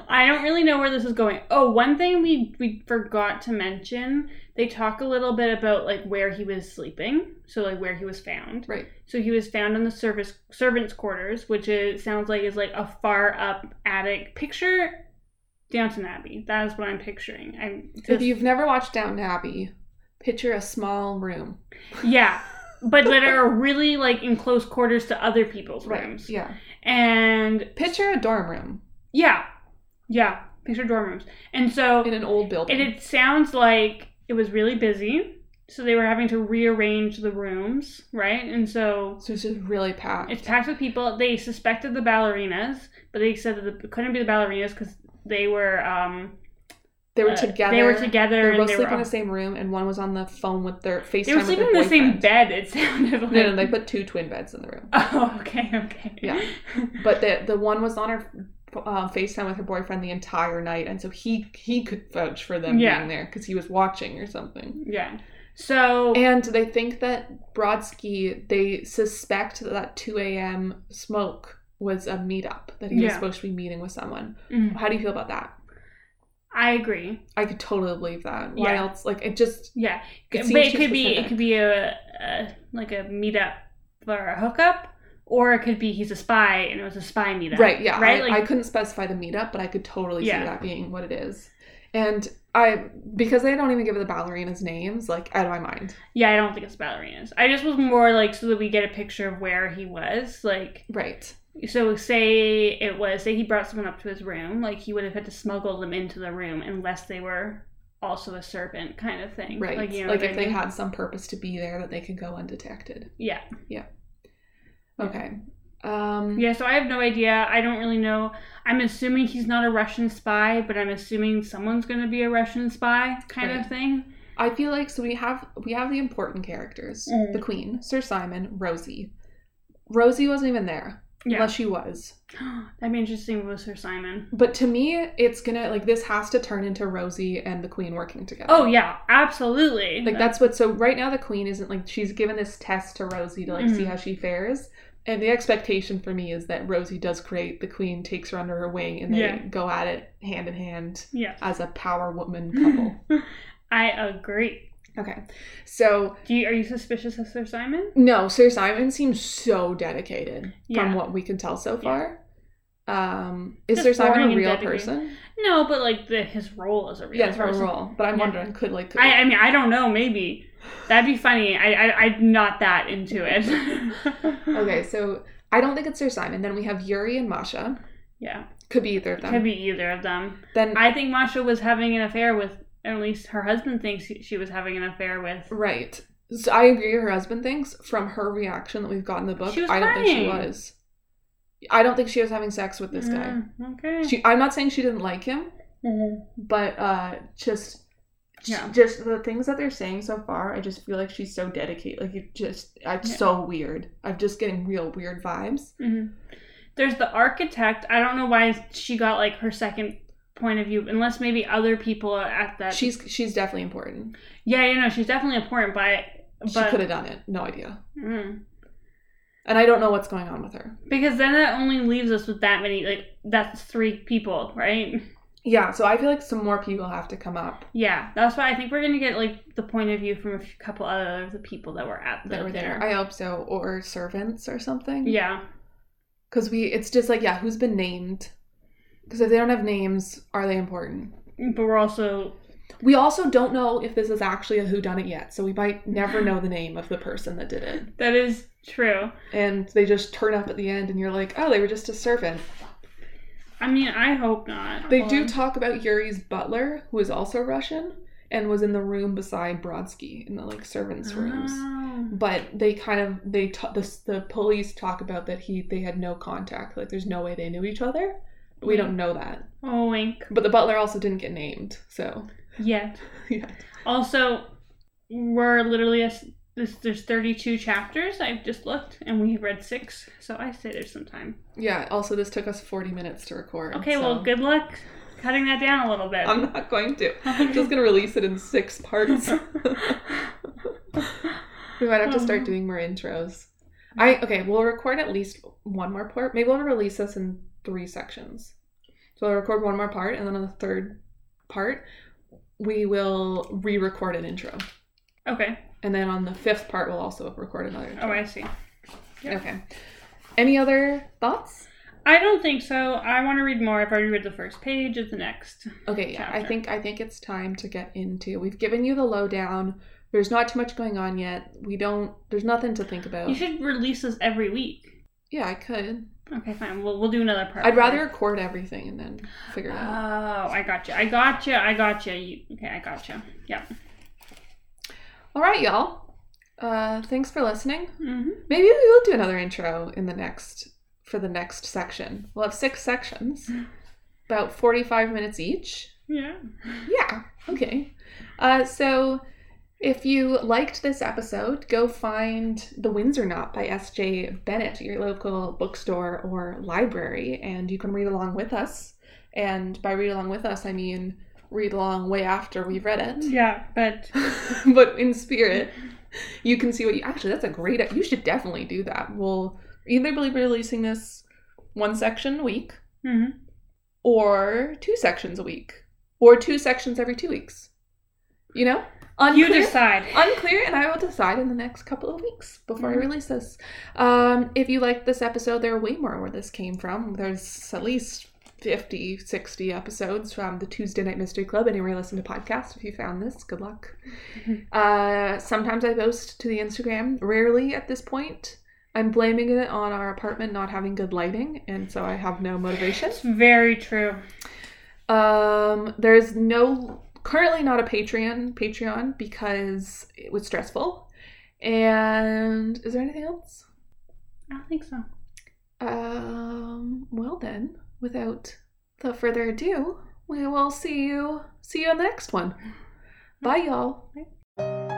[SPEAKER 2] I don't really know where this is going. Oh, one thing we we forgot to mention, they talk a little bit about like where he was sleeping, so like where he was found.
[SPEAKER 1] right.
[SPEAKER 2] So he was found in the service servants' quarters, which is, sounds like is like a far up attic. Picture Downton Abbey. That is what I'm picturing. I'm
[SPEAKER 1] If you've never watched Downton Abbey, picture a small room.
[SPEAKER 2] yeah, but that are really like in close quarters to other people's rooms.
[SPEAKER 1] Yeah.
[SPEAKER 2] And
[SPEAKER 1] Picture a dorm room
[SPEAKER 2] Yeah, yeah. Picture dorm rooms, and so
[SPEAKER 1] in an old building.
[SPEAKER 2] and it sounds like it was really busy, so they were having to rearrange the rooms, right? And so
[SPEAKER 1] so it's just really packed.
[SPEAKER 2] it's packed with people. They suspected the ballerinas, but they said that it couldn't be the ballerinas because they were um
[SPEAKER 1] They were
[SPEAKER 2] uh,
[SPEAKER 1] together.
[SPEAKER 2] They were together.
[SPEAKER 1] They were
[SPEAKER 2] and
[SPEAKER 1] both
[SPEAKER 2] they
[SPEAKER 1] sleeping
[SPEAKER 2] were
[SPEAKER 1] in the same room, and one was on the phone with their FaceTime.
[SPEAKER 2] They were
[SPEAKER 1] with
[SPEAKER 2] sleeping in
[SPEAKER 1] their
[SPEAKER 2] the same
[SPEAKER 1] boyfriend.
[SPEAKER 2] bed. It sounded like.
[SPEAKER 1] No, no, they put two twin beds in the room.
[SPEAKER 2] Oh, okay, okay.
[SPEAKER 1] Yeah. But the the one was on her uh, FaceTime with her boyfriend the entire night, and so he he could vouch for them
[SPEAKER 2] Yeah.
[SPEAKER 1] being there because he was watching or something.
[SPEAKER 2] yeah. So
[SPEAKER 1] And they think that Brodsky. They suspect that that two a.m. smoke was a meetup that he was
[SPEAKER 2] Yeah.
[SPEAKER 1] supposed to be meeting with someone.
[SPEAKER 2] mm,
[SPEAKER 1] How do you feel about that?
[SPEAKER 2] I agree.
[SPEAKER 1] I could totally believe that. Why
[SPEAKER 2] Yeah.
[SPEAKER 1] else? Like it just
[SPEAKER 2] Yeah.
[SPEAKER 1] it
[SPEAKER 2] but
[SPEAKER 1] seems
[SPEAKER 2] it
[SPEAKER 1] too
[SPEAKER 2] could be it
[SPEAKER 1] specific.
[SPEAKER 2] could be a, a like a meetup or a hookup, or it could be he's a spy and it was a spy meetup.
[SPEAKER 1] Right, yeah.
[SPEAKER 2] Right.
[SPEAKER 1] I,
[SPEAKER 2] like
[SPEAKER 1] I couldn't specify the meetup, but I could totally
[SPEAKER 2] Yeah.
[SPEAKER 1] see that being what it is. And I because they don't even give the ballerinas names, like out of my mind.
[SPEAKER 2] yeah, I don't think it's ballerinas. I just was more like so that we get a picture of where he was. Like
[SPEAKER 1] Right.
[SPEAKER 2] so, say it was say he brought someone up to his room, like he would have had to smuggle them into the room unless they were also a servant kind of thing.
[SPEAKER 1] Right. Like,
[SPEAKER 2] Like you know what
[SPEAKER 1] if
[SPEAKER 2] I
[SPEAKER 1] they
[SPEAKER 2] mean?
[SPEAKER 1] had some purpose to be there that they could go undetected.
[SPEAKER 2] yeah.
[SPEAKER 1] Okay. Um
[SPEAKER 2] Yeah, so I have no idea. I don't really know. I'm assuming he's not a Russian spy, but I'm assuming someone's going to be a Russian spy kind
[SPEAKER 1] Right.
[SPEAKER 2] of thing.
[SPEAKER 1] I feel like so we have we have the important characters.
[SPEAKER 2] Mm.
[SPEAKER 1] The Queen, Sir Simon, Rosie. Rosie wasn't even there.
[SPEAKER 2] Yeah.
[SPEAKER 1] Unless she was.
[SPEAKER 2] That'd be interesting with Sir Simon.
[SPEAKER 1] But to me, it's gonna like this has to turn into Rosie and the Queen working together.
[SPEAKER 2] Oh, yeah, absolutely.
[SPEAKER 1] Like that's what. So right now the queen isn't like she's given this test to Rosie to like see
[SPEAKER 2] Mhm.
[SPEAKER 1] how she fares, and the expectation for me is that Rosie does create the queen, takes her under her wing, and they
[SPEAKER 2] Yeah.
[SPEAKER 1] go at it hand in hand
[SPEAKER 2] Yeah. Mm-hmm.
[SPEAKER 1] as a power woman couple.
[SPEAKER 2] I agree.
[SPEAKER 1] okay, so
[SPEAKER 2] Do you, are you suspicious of Sir Simon?
[SPEAKER 1] no, Sir Simon seems so dedicated
[SPEAKER 2] Yeah.
[SPEAKER 1] from what we can tell so
[SPEAKER 2] Yeah.
[SPEAKER 1] far. Um, is
[SPEAKER 2] Just
[SPEAKER 1] Sir Simon
[SPEAKER 2] boring
[SPEAKER 1] a
[SPEAKER 2] and
[SPEAKER 1] real
[SPEAKER 2] dedicated.
[SPEAKER 1] person?
[SPEAKER 2] No, but like the, his role as a real
[SPEAKER 1] Yeah, it's her
[SPEAKER 2] person.
[SPEAKER 1] role, but I'm
[SPEAKER 2] Yeah.
[SPEAKER 1] wondering could like could,
[SPEAKER 2] I, I mean, I don't know. Maybe that'd be funny. I, I I'm not that into it.
[SPEAKER 1] okay, so I don't think it's Sir Simon. Then we have Yuri and Masha.
[SPEAKER 2] Yeah,
[SPEAKER 1] Could be either of them.
[SPEAKER 2] could be either of them.
[SPEAKER 1] Then
[SPEAKER 2] I think Masha was having an affair with, at least her husband thinks he- she was having an affair with.
[SPEAKER 1] Right. So I agree her husband thinks from her reaction that we've got in the book,
[SPEAKER 2] She was
[SPEAKER 1] I don't think she
[SPEAKER 2] crying.
[SPEAKER 1] was. I don't think she was having sex with this guy.
[SPEAKER 2] Mm, Okay. Mm-hmm.
[SPEAKER 1] She I'm not saying she didn't like him,
[SPEAKER 2] Mhm.
[SPEAKER 1] but uh just
[SPEAKER 2] Yeah.
[SPEAKER 1] Just the things that they're saying so far, I just feel like she's so dedicated. Like it just, it's
[SPEAKER 2] Yeah.
[SPEAKER 1] so weird. I'm just getting real weird vibes.
[SPEAKER 2] Mhm. There's the architect. I don't know why she got like her second point of view, unless maybe other people at that.
[SPEAKER 1] She's she's definitely important.
[SPEAKER 2] yeah, you know, she's definitely important, but
[SPEAKER 1] she
[SPEAKER 2] but
[SPEAKER 1] could have done it. No idea.
[SPEAKER 2] Mm.
[SPEAKER 1] And I don't know what's going on with her.
[SPEAKER 2] because then that only leaves us with that many. Like that's three people, right?
[SPEAKER 1] Yeah. So I feel like some more people have to come up
[SPEAKER 2] Yeah, that's why I think we're gonna get like the point of view from a f- couple other of the people that were at the,
[SPEAKER 1] that were there. I hope so, or servants or something.
[SPEAKER 2] yeah,
[SPEAKER 1] Because we, it's just like, yeah, who's been named? Because if they don't have names, are they important?
[SPEAKER 2] but we're also
[SPEAKER 1] We also don't know if this is actually a whodunit yet, so we might never know the name of the person that did it.
[SPEAKER 2] that is true.
[SPEAKER 1] And they just turn up at the end, and you're like, oh, they were just a servant.
[SPEAKER 2] I mean, I hope not.
[SPEAKER 1] They
[SPEAKER 2] Um,
[SPEAKER 1] do talk about Yuri's butler, who is also Russian and was in the room beside Brodsky in the like
[SPEAKER 2] Ah.
[SPEAKER 1] servants' rooms.
[SPEAKER 2] Oh.
[SPEAKER 1] But they kind of they ta- the the police talk about that he they had no contact, like there's no way they knew each other. But we don't know that.
[SPEAKER 2] Oh, wink.
[SPEAKER 1] But the butler also didn't get named, so
[SPEAKER 2] Yeah.
[SPEAKER 1] yeah.
[SPEAKER 2] Also, we're literally a s this, there's 32 chapters. I've just looked, and we have read six, so I say there's some time.
[SPEAKER 1] Yeah. Also, this took us 40 minutes to record.
[SPEAKER 2] Okay,
[SPEAKER 1] so
[SPEAKER 2] well, good luck cutting that down a little bit.
[SPEAKER 1] I'm not going to. I'm just gonna release it in six parts. we might have to start doing more intros. I okay. We'll record at least one more part. Maybe we'll release this in three sections. So we'll record one more part, and then on the third part, we will re-record an intro,
[SPEAKER 2] okay.
[SPEAKER 1] and then on the fifth part, we'll also record another. Intro.
[SPEAKER 2] Oh, I see. yeah.
[SPEAKER 1] Okay. Any other thoughts?
[SPEAKER 2] I don't think so. I want to read more. I've already read the first page of the next.
[SPEAKER 1] Okay, yeah, I
[SPEAKER 2] chapter.
[SPEAKER 1] think I think it's time to get into. We've given you the lowdown. There's not too much going on yet. We don't. There's nothing to think about.
[SPEAKER 2] You should release this every week.
[SPEAKER 1] yeah, I could.
[SPEAKER 2] Okay, fine. We'll, we'll do another part.
[SPEAKER 1] I'd rather record everything and then figure
[SPEAKER 2] Oh,
[SPEAKER 1] it out.
[SPEAKER 2] I got you. I got you. I got you. you okay, I got you. Yep.
[SPEAKER 1] All right, y'all. Uh, thanks for listening.
[SPEAKER 2] Mm-hmm.
[SPEAKER 1] Maybe we will do another intro in the next for the next section. We'll have six sections, about 45 minutes each.
[SPEAKER 2] Yeah.
[SPEAKER 1] Yeah. Okay. Uh, so if you liked this episode, go find The Winds Are Not by S.J. Bennett at your local bookstore or library, and you can read along with us. And by read along with us, I mean read along way after we've read it,
[SPEAKER 2] Yeah, but
[SPEAKER 1] but in spirit. You can see what you actually. That's a great. You should definitely do that. We'll either be releasing this one section a week,
[SPEAKER 2] hmm
[SPEAKER 1] or two sections a week, or two sections every two weeks. You know, unclear,
[SPEAKER 2] you decide.
[SPEAKER 1] unclear, and I will decide in the next couple of weeks before
[SPEAKER 2] Mhm.
[SPEAKER 1] I release this. Um, if you liked this episode, there are way more where this came from. There's at least 50, 60 episodes from the Tuesday Night Mystery Club. Anywhere you listen to podcasts, if you found this, good luck.
[SPEAKER 2] Mhm.
[SPEAKER 1] Uh, sometimes I post to the Instagram, rarely at this point. I'm blaming it on our apartment not having good lighting, and so I have no motivation.
[SPEAKER 2] It's very true.
[SPEAKER 1] Um, there's no currently not a Patreon Patreon because it was stressful. And is there anything else?
[SPEAKER 2] I don't think so.
[SPEAKER 1] Um, well then, without the further ado, we will see you see you on the next one. Bye y'all.